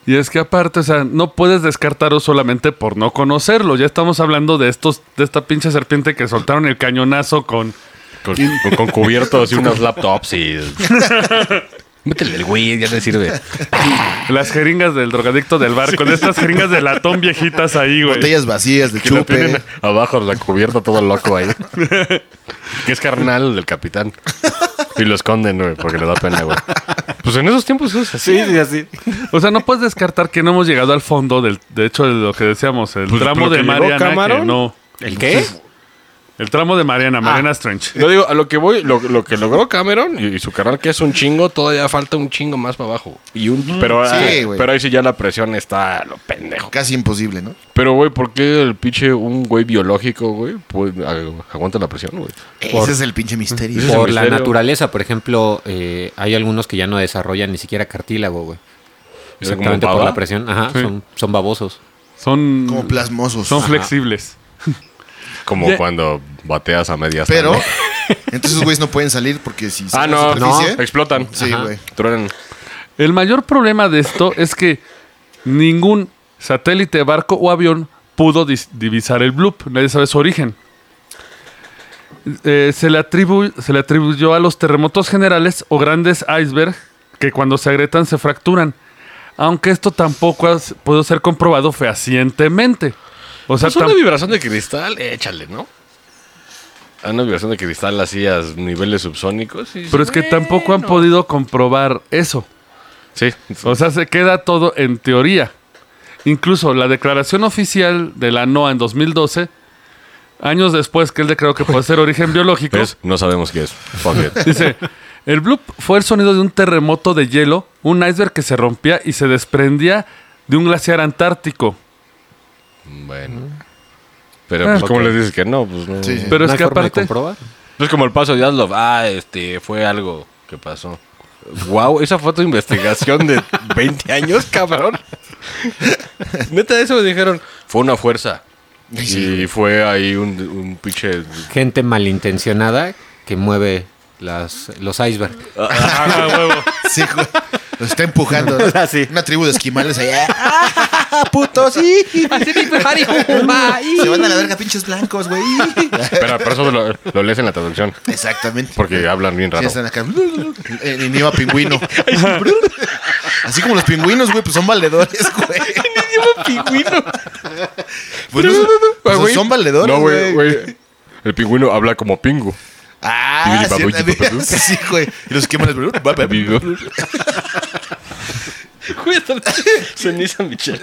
Y es que aparte, o sea, no puedes descartarlo solamente por no conocerlo. Ya estamos hablando de estos, de esta pinche serpiente que soltaron el cañonazo con.
Con, con, con cubiertos y unos laptops y. Métele el güey, ya te sirve.
Las jeringas del drogadicto del barco, con estas jeringas de latón viejitas ahí, güey.
Botellas vacías de
Que lo tienen
chupe.
abajo de la cubierta todo loco ahí. que es carnal del capitán. Y lo esconden, güey, porque le da pena, güey. Pues en esos tiempos es así.
sí, así.
O sea, no puedes descartar que no hemos llegado al fondo del, de hecho, de lo que decíamos, el
Pues,
tramo
lo que
de
llegó
Mariana, que
Cameron.
no.
¿El qué?
El tramo de Mariana, Mariana
Ah.
Strange.
Yo digo, a lo que voy, lo, lo que logró Cameron y, y su canal, que es un chingo, todavía falta un chingo más para abajo. Y un, pero,
Sí,
ah,
güey.
pero ahí sí ya la presión está a lo pendejo.
Casi imposible, ¿no?
Pero, güey, ¿por qué el pinche un güey biológico, güey, pues, ag- aguanta la presión, güey?
Ese es el pinche misterio.
Ese es el
Por la
misterio.
naturaleza, por ejemplo, eh, hay algunos que ya no desarrollan ni siquiera cartílago, güey.
O sea, como
Exactamente por
baba.
la presión. Ajá,
Sí.
son, son babosos.
Son,
Como plasmosos.
son flexibles.
Como cuando bateas a medias.
Pero,
también.
entonces esos güeyes no pueden salir porque si
Ah,
salen a
no,
la
no.
superficie-
Explotan.
Sí,
Ajá.
güey.
Truenan.
El mayor problema de esto es que ningún satélite, barco o avión pudo dis- divisar el bloop. Nadie sabe su origen. Eh, se, le atribu- se le atribuyó a los terremotos generales o grandes icebergs que cuando se agrietan se fracturan. Aunque esto tampoco has- pudo ser comprobado fehacientemente. O sea,
Pues una
tam-
vibración de cristal, échale, ¿no? A Una vibración de cristal así a niveles subsónicos. y-
pero es que tampoco han podido comprobar eso.
Sí.
O sea, se queda todo en teoría. Incluso la declaración oficial de la NOAA en 2012, años después que él declaró que puede ser origen biológico,
¿Ves? No sabemos qué es. Fuck it.
dice, el bloop fue el sonido de un terremoto de hielo, un iceberg que se rompía y se desprendía de un glaciar antártico.
Bueno.
Ah,
Pero, pues, ¿cómo les dices que no? Pues, no.
Sí, sí.
Pero
¿No
es
hay
que
forma de
aparte...
comprobar?
Es como el paso de Aslov. Ah, este, fue algo que pasó. Wow, esa fue tu investigación de 20 años, cabrón. Neta, eso me dijeron. Fue una fuerza. Y fue ahí un, un pinche.
Gente malintencionada que mueve las, los icebergs.
Ah, huevo.
Sí, güey. Los está empujando. Una tribu de esquimales allá. Se van a la verga pinches blancos, güey.
Espera, pero eso lo, lo lees en la traducción.
Exactamente.
Porque hablan bien
Sí,
raro.
están acá. En idioma pingüino. Así como los pingüinos, güey, pues son valedores, güey. En idioma pingüino. Pues,
güey.
son valedores,
No,
güey.
güey, güey. El pingüino habla como pingu.
Ah, sí,
Bidi, babu,
también.
babu.
sí, güey. Y los
Pues,
esquimales.
Ceniza Michelle.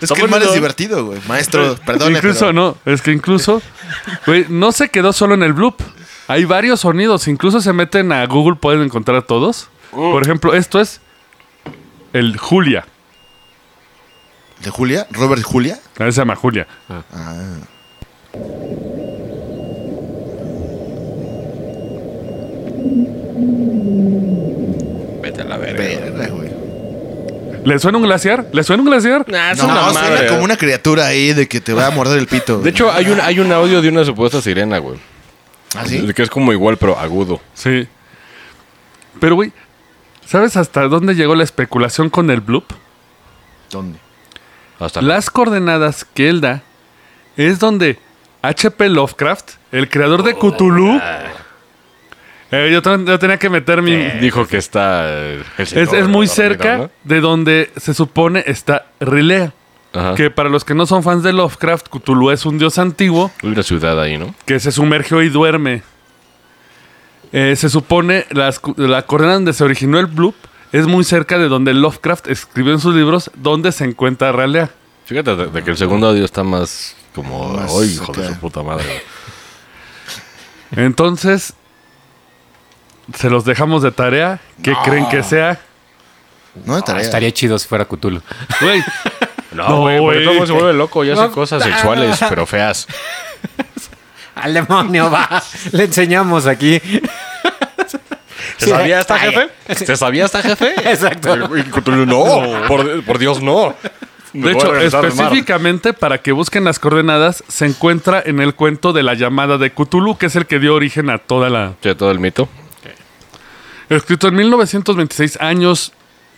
Los esquimales
bonito.
es divertido, güey. Maestro, perdone.
incluso
pero-
no, es que incluso, güey, no se quedó solo en el bloop. Hay varios sonidos, incluso se meten a Google, pueden encontrar todos. Por ejemplo, esto es el Julia.
¿De Julia? ¿Robert Julia?
A ver, Ah, se llama Julia.
Vete a la verga.
Verga, güey.
¿Le suena un glaciar? ¿Le suena un glaciar?
Nah, es
No,
una
no, suena
madre.
como una criatura ahí de que te va a morder el pito.
De hecho, hay un, hay un audio de una supuesta sirena, güey.
así.
Que es como igual, pero agudo.
Sí. Pero, güey, ¿sabes hasta dónde llegó la especulación con el bloop?
¿Dónde?
Hasta
Las coordenadas que él da es donde H.P. Lovecraft, el creador de Cthulhu...
Oh,
Eh, yo, tam- yo tenía que meter mi,
Dijo que está. eh, el señor
Es, es muy
dormido,
cerca
¿no?
de donde se supone está Rilea.
Ajá.
Que para los que no son fans de Lovecraft, Cthulhu es un dios antiguo
Hay una ciudad ahí, ¿no?
que se sumergió y duerme. Eh, se supone las, cu- la coordenada donde se originó el bloop es muy cerca de donde Lovecraft escribió en sus libros donde se encuentra Rilea.
Fíjate de, de que el segundo audio está más como.
Más
¡Ay, hijo de
acá.
su puta madre! güey".
Entonces, se los dejamos de tarea. ¿Qué creen que sea?
No, de
Ah,
tarea.
estaría chido si fuera Cthulhu.
Güey, No,
No, güey, porque
güey.
todo el mundo se vuelve loco y hace cosas sexuales, pero feas.
¡Al demonio, va! Le enseñamos aquí.
¿Te sabía esta, jefe? ¿Te sabía esta, jefe?
Exacto.
Y Cthulhu, no, por, por Dios, no. Me
De
voy a
hecho,
regresar al mar.
específicamente para que busquen las coordenadas, se encuentra en el cuento de la llamada de Cthulhu, que es el que dio origen a toda la.
Sí, todo el mito.
Escrito en 1926, años,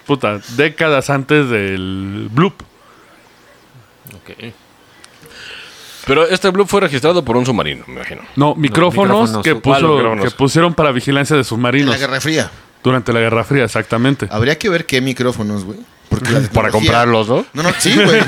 puta, décadas antes del Bloop.
Pero este blog fue registrado por un submarino, me imagino.
No, micrófonos,
micrófonos.
que,
Ah,
puso-
los micrófonos.
que pusieron para vigilancia de
En la
submarinos
Guerra Ah. Fría.
durante la Guerra Fría, exactamente.
Habría que ver qué micrófonos, güey. Porque la
Para
tecnología-
comprarlos, ¿no?
No, no, sí, güey.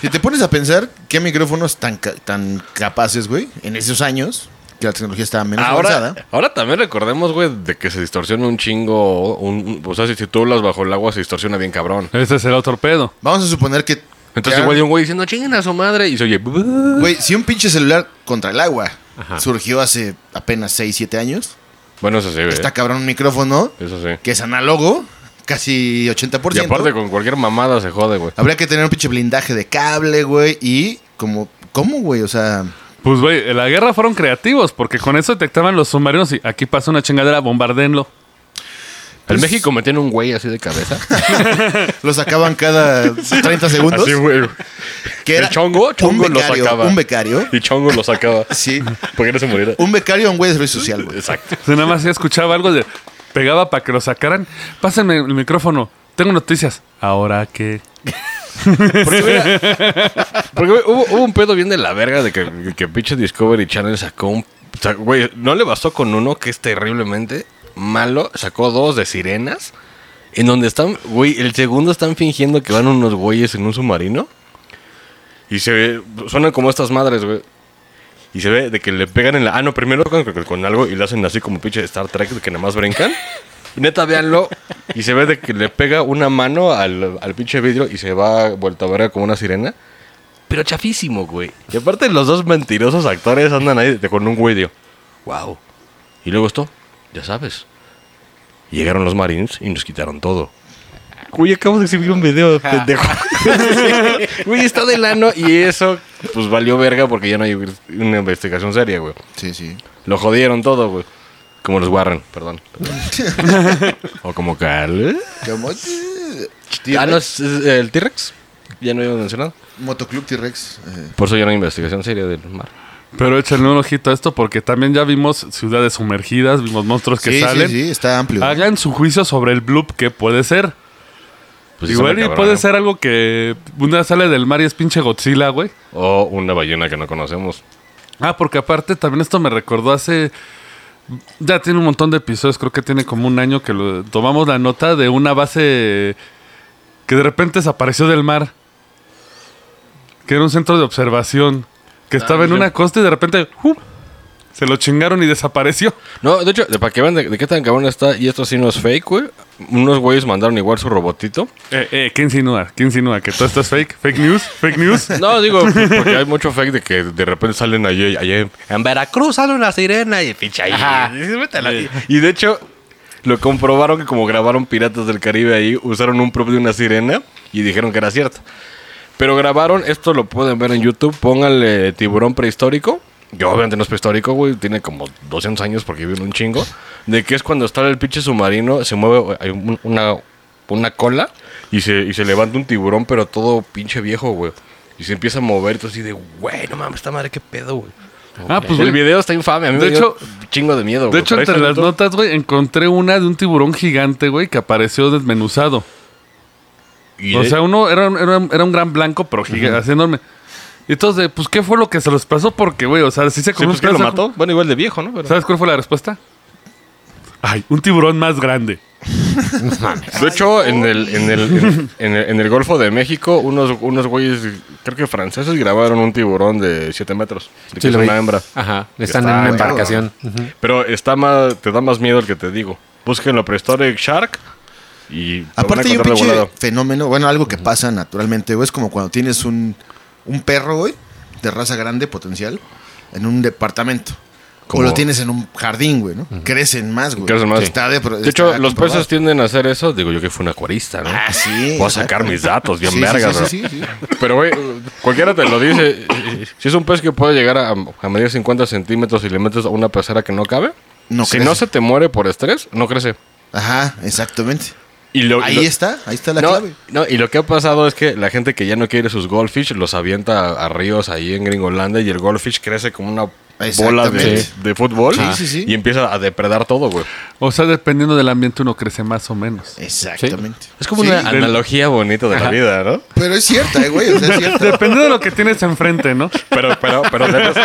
Si te pones a pensar qué micrófonos tan, ca- tan capaces, güey, en esos años, que la tecnología estaba menos avanzada.
Ahora, ahora también recordemos, güey, de que se distorsiona un chingo. Un, un- o sea, si, si tú las bajo el agua, se distorsiona bien cabrón.
Ese es el otro pedo.
Vamos a suponer que.
Entonces,
que-
güey, hay un güey diciendo, chinguen a su madre. Y se oye, "Bu-bu-bu".
Güey, si un pinche celular contra el agua surgió hace apenas 6, 7 años,
bueno, eso sí, güey.
está cabrón un micrófono
Eso sí.
que es análogo, casi 80%.
Y aparte, con cualquier mamada se jode, güey.
Habría que tener un pinche blindaje de cable, güey, y como. ¿Cómo, güey? O sea,
Pues, güey, en la guerra fueron creativos, porque con eso detectaban los submarinos y aquí pasa una chingadera, bombardenlo.
Pues,
En México metían un güey así de cabeza.
lo sacaban cada 30 segundos.
así, güey.
que
El
era
chongo, chongo
un
lo
becario,
sacaba.
Un becario.
Y Chongo lo sacaba.
Sí.
Porque no se muriera.
Un becario, un güey de servicio social, güey.
Exacto.
O sea, nada más ya escuchaba algo de. Pegaba para que lo sacaran. Pásenme el micrófono. Tengo noticias. Ahora que.
Porque güey, hubo, hubo un pedo bien de la verga de que, que pinche Discovery Channel sacó un. o sea, Güey, no le bastó con uno que es terriblemente malo. Sacó dos de sirenas. En donde están, güey, el segundo están fingiendo que van unos güeyes en un submarino. Y se ve, suenan como estas madres, güey. Y se ve de que le pegan en la. Ah, no, primero con, con- con algo y le hacen así como pinche Star Trek de que nada más brincan. Neta, véanlo. Y se ve de que le pega una mano al, al pinche vidrio y se va vuelta a verga como una sirena. Pero chafísimo, güey. Y aparte, los dos mentirosos actores andan ahí de- con un güey, digo, wow. Y luego esto, ya sabes. Llegaron los Marines y nos quitaron todo. Güey, acabo de exhibir un video, pendejo. güey, está de lano y eso, pues valió verga porque ya no hay una investigación seria, güey.
Sí, sí.
Lo jodieron todo, güey. Como los Warren, perdón. o como Cal.
Como-
Ah, no, es- es el T-Rex. Ya no habíamos mencionado.
Motoclub T-Rex. eh,
Por eso ya no hay investigación seria del mar.
Pero échenle un ojito a esto porque también ya vimos ciudades sumergidas, vimos monstruos que
sí,
salen.
sí, sí, está amplio.
Hagan su juicio sobre el bloop que puede ser.
Pues sí,
Igual
está
y
muy
puede
cabrón,
ser algo que una sale del mar y es pinche Godzilla, güey.
¿eh? O una ballena que no conocemos.
Ah, porque aparte también esto me recordó hace... Ya tiene un montón de episodios, creo que tiene como un año que lo- tomamos la nota de una base que de repente desapareció del mar. Que era un centro de observación. Que
Ah,
estaba en una costa y de repente... ¡uh! Se lo chingaron y desapareció.
No, de hecho, de, para que vean de, de qué tan cabrón está, y esto sí no es fake, güey. Unos güeyes mandaron igual su robotito.
Eh, eh, ¿qué insinúa? ¿Qué insinúa? ¿Que todo esto es fake? ¿Fake news? ¿Fake news?
No, digo, pues, porque hay mucho fake de que de repente salen allí, allí en- en Veracruz sale una sirena y pinche ahí. Dices, "Vete a la-". Y de hecho, lo comprobaron que como grabaron Piratas del Caribe ahí, usaron un prop de una sirena y dijeron que era cierto. Pero grabaron, esto lo pueden ver en YouTube, pónganle tiburón prehistórico. Yo obviamente no es prehistórico, güey, tiene como 200 años porque viven un chingo. De que es cuando está el pinche submarino, se mueve hay un- una, una cola y se, y se levanta un tiburón, pero todo pinche viejo, güey. Y se empieza a mover, todo así de, güey, no mames, esta madre, qué pedo, güey.
Ah, pues,
el
güey.
video está infame, a mí
De
me dio
hecho-
chingo de miedo,
De
güey.
hecho,
Pero ahí
entre
está en
las
YouTube.
notas, güey, encontré una de un tiburón gigante, güey, que apareció desmenuzado.
Y
O
de-
sea, uno era, un- era un- era un gran blanco, pero gigante, así enorme. Y entonces, de, pues, ¿qué fue lo que se los pasó? Porque, güey, o sea, sí se
Sí, pues,
¿sabes
¿quién lo
cu-
mató? Bueno, igual de viejo, ¿no? Pero-
¿Sabes cuál fue la respuesta? Ay, un tiburón más grande.
De hecho, en el, en el, en, en el, en el Golfo de México, unos, unos güeyes, creo que franceses, grabaron un tiburón de 7 metros. De que
Sí,
es
lo
una
vi.
hembra.
Ajá, están
Ah, Está
en una
cabrón.
embarcación. Ujú.
Pero está más, te da más miedo el que te digo. Búsquenlo Prehistoric Shark y... te van a
Aparte hay un
encontrar de
pinche
volado.
fenómeno, bueno, algo que pasa naturalmente, güey, es como cuando tienes un, un perro, güey, de raza grande potencial, en un departamento. O
Como-
lo tienes en un jardín, güey, ¿no? Crecen más, güey.
Crecen más.
Está de,
Pues, De hecho, los peces tienden a hacer eso. Digo yo que fue un acuarista, ¿no?
Ah, sí.
Voy a sacar
exacto.
mis datos, bien
Sí, sí,
vergas,
sí,
bro.
sí, sí, sí.
Pero, güey, cualquiera te lo dice. Si es un pez que puede llegar a, a medir 50 centímetros y le metes a una pecera que no cabe,
No
si
crece.
no se te muere por estrés, no crece.
Ajá, exactamente.
Y lo,
Ahí
lo-
está, ahí está la
no,
clave.
no, y lo que ha pasado es que la gente que ya no quiere sus goldfish los avienta a, a ríos ahí en Gringolanda y el goldfish crece como una bola de,
Exactamente.
de fútbol
Sí, sí, sí.
y empieza a depredar todo, güey.
O sea, dependiendo del ambiente uno crece más o menos.
Exactamente.
Es como
Sí,
una analogía bonita de la vida, ¿no?
Pero es cierta, eh, güey, o sea, es cierta.
Depende de lo que tienes enfrente, ¿no?
Pero, pero, pero debes,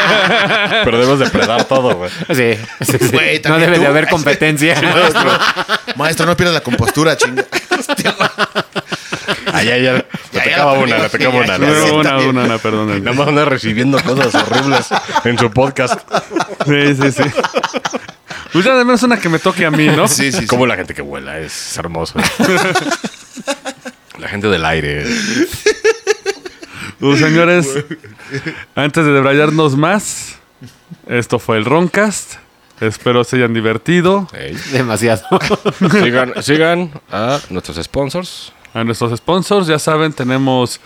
pero debes depredar todo, güey.
Sí, sí, sí.
Güey,
no
también
debe de
tú.
haber competencia.
Maestro, no pierdas la compostura, chinga.
Ay, ay, ay. Le
Ya, ya
pecaba
la
una, le
perdí.
pecaba
Ya, ya,
una. la-
sí.
Pero una,
también.
una, una, perdón.
Nada más anda recibiendo cosas horribles en su podcast.
Sí, sí, sí. Pues ya de menos una que me toque a mí, ¿no?
Sí, sí, sí.
Como la gente que vuela, es hermoso. la gente del aire.
Pues, señores, antes de debrayarnos más, esto fue el Roncast. Espero se hayan divertido.
Ey.
Demasiado.
Sigan, sigan a nuestros sponsors.
A nuestros sponsors, ya saben, tenemos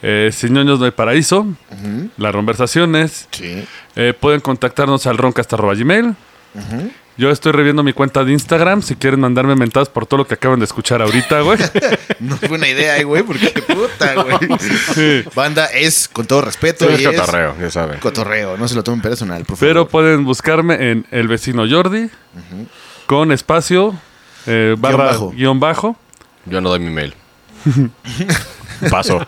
eh, Sin Ñoños No Hay Paraíso, Las Conversaciones.
Sí.
Eh, pueden contactarnos al roncast.gmail. Yo estoy reviendo mi cuenta de Instagram. Si quieren mandarme mentadas por todo lo que acaban de escuchar ahorita, güey.
No fue una idea, eh, güey, porque qué puta, güey.
Sí.
Banda es, con todo respeto,
Todo es
y es
catarreo, ya saben.
cotorreo. No se lo tomen personal, por
Pero
favor.
pueden buscarme en El Vecino Jordi, con espacio, eh, barra,
bajo.
guión bajo.
Yo no doy mi mail. Paso.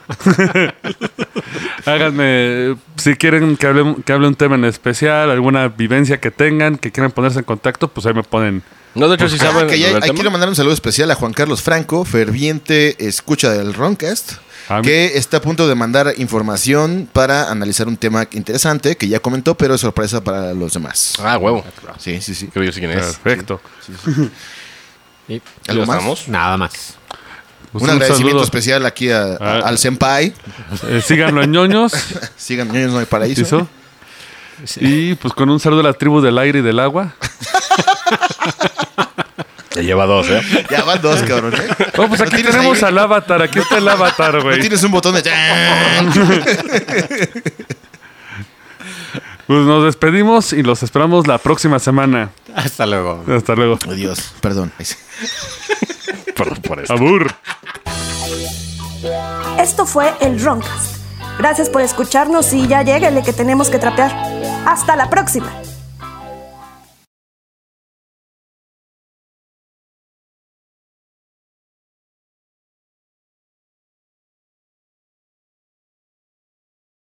Háganme, si quieren que hable, que hable un tema en especial, alguna vivencia que tengan, que quieran ponerse en contacto, pues ahí me ponen.
No, de hecho, si
Ah,
saben.
que ya-
del
ahí
tema.
quiero mandar un saludo especial a Juan Carlos Franco, ferviente escucha del Roncast,
Ah,
que está a punto de mandar información para analizar un tema interesante que ya comentó, pero es sorpresa para los demás.
Ah, huevo.
Sí, sí, sí.
Creo yo sé quién es.
Perfecto.
Y
¿Algo más?
nada más.
Un, agradecimiento
Pues saludo.
especial aquí a- a-
Ah.
al Senpai.
Eh, síganlo en ñoños.
Sigan Niños No hay Paraíso.
¿hizo? Y pues con un saludo a la tribu del aire y del agua.
Ya lleva dos, ¿eh?
Ya van dos, cabrón. ¿eh?
Oh, pues
¿No
aquí
tienes
tenemos
ahí?
al avatar. Aquí está el avatar,
No
güey.
tienes un botón de.
Pues nos despedimos y los esperamos la próxima semana.
Hasta luego.
Hasta luego.
Dios, perdón. Ahí sí.
Perdón por eso.
Abur.
Esto fue el Roncast. Gracias por escucharnos y ya lléguenle que tenemos que trapear. ¡Hasta la próxima!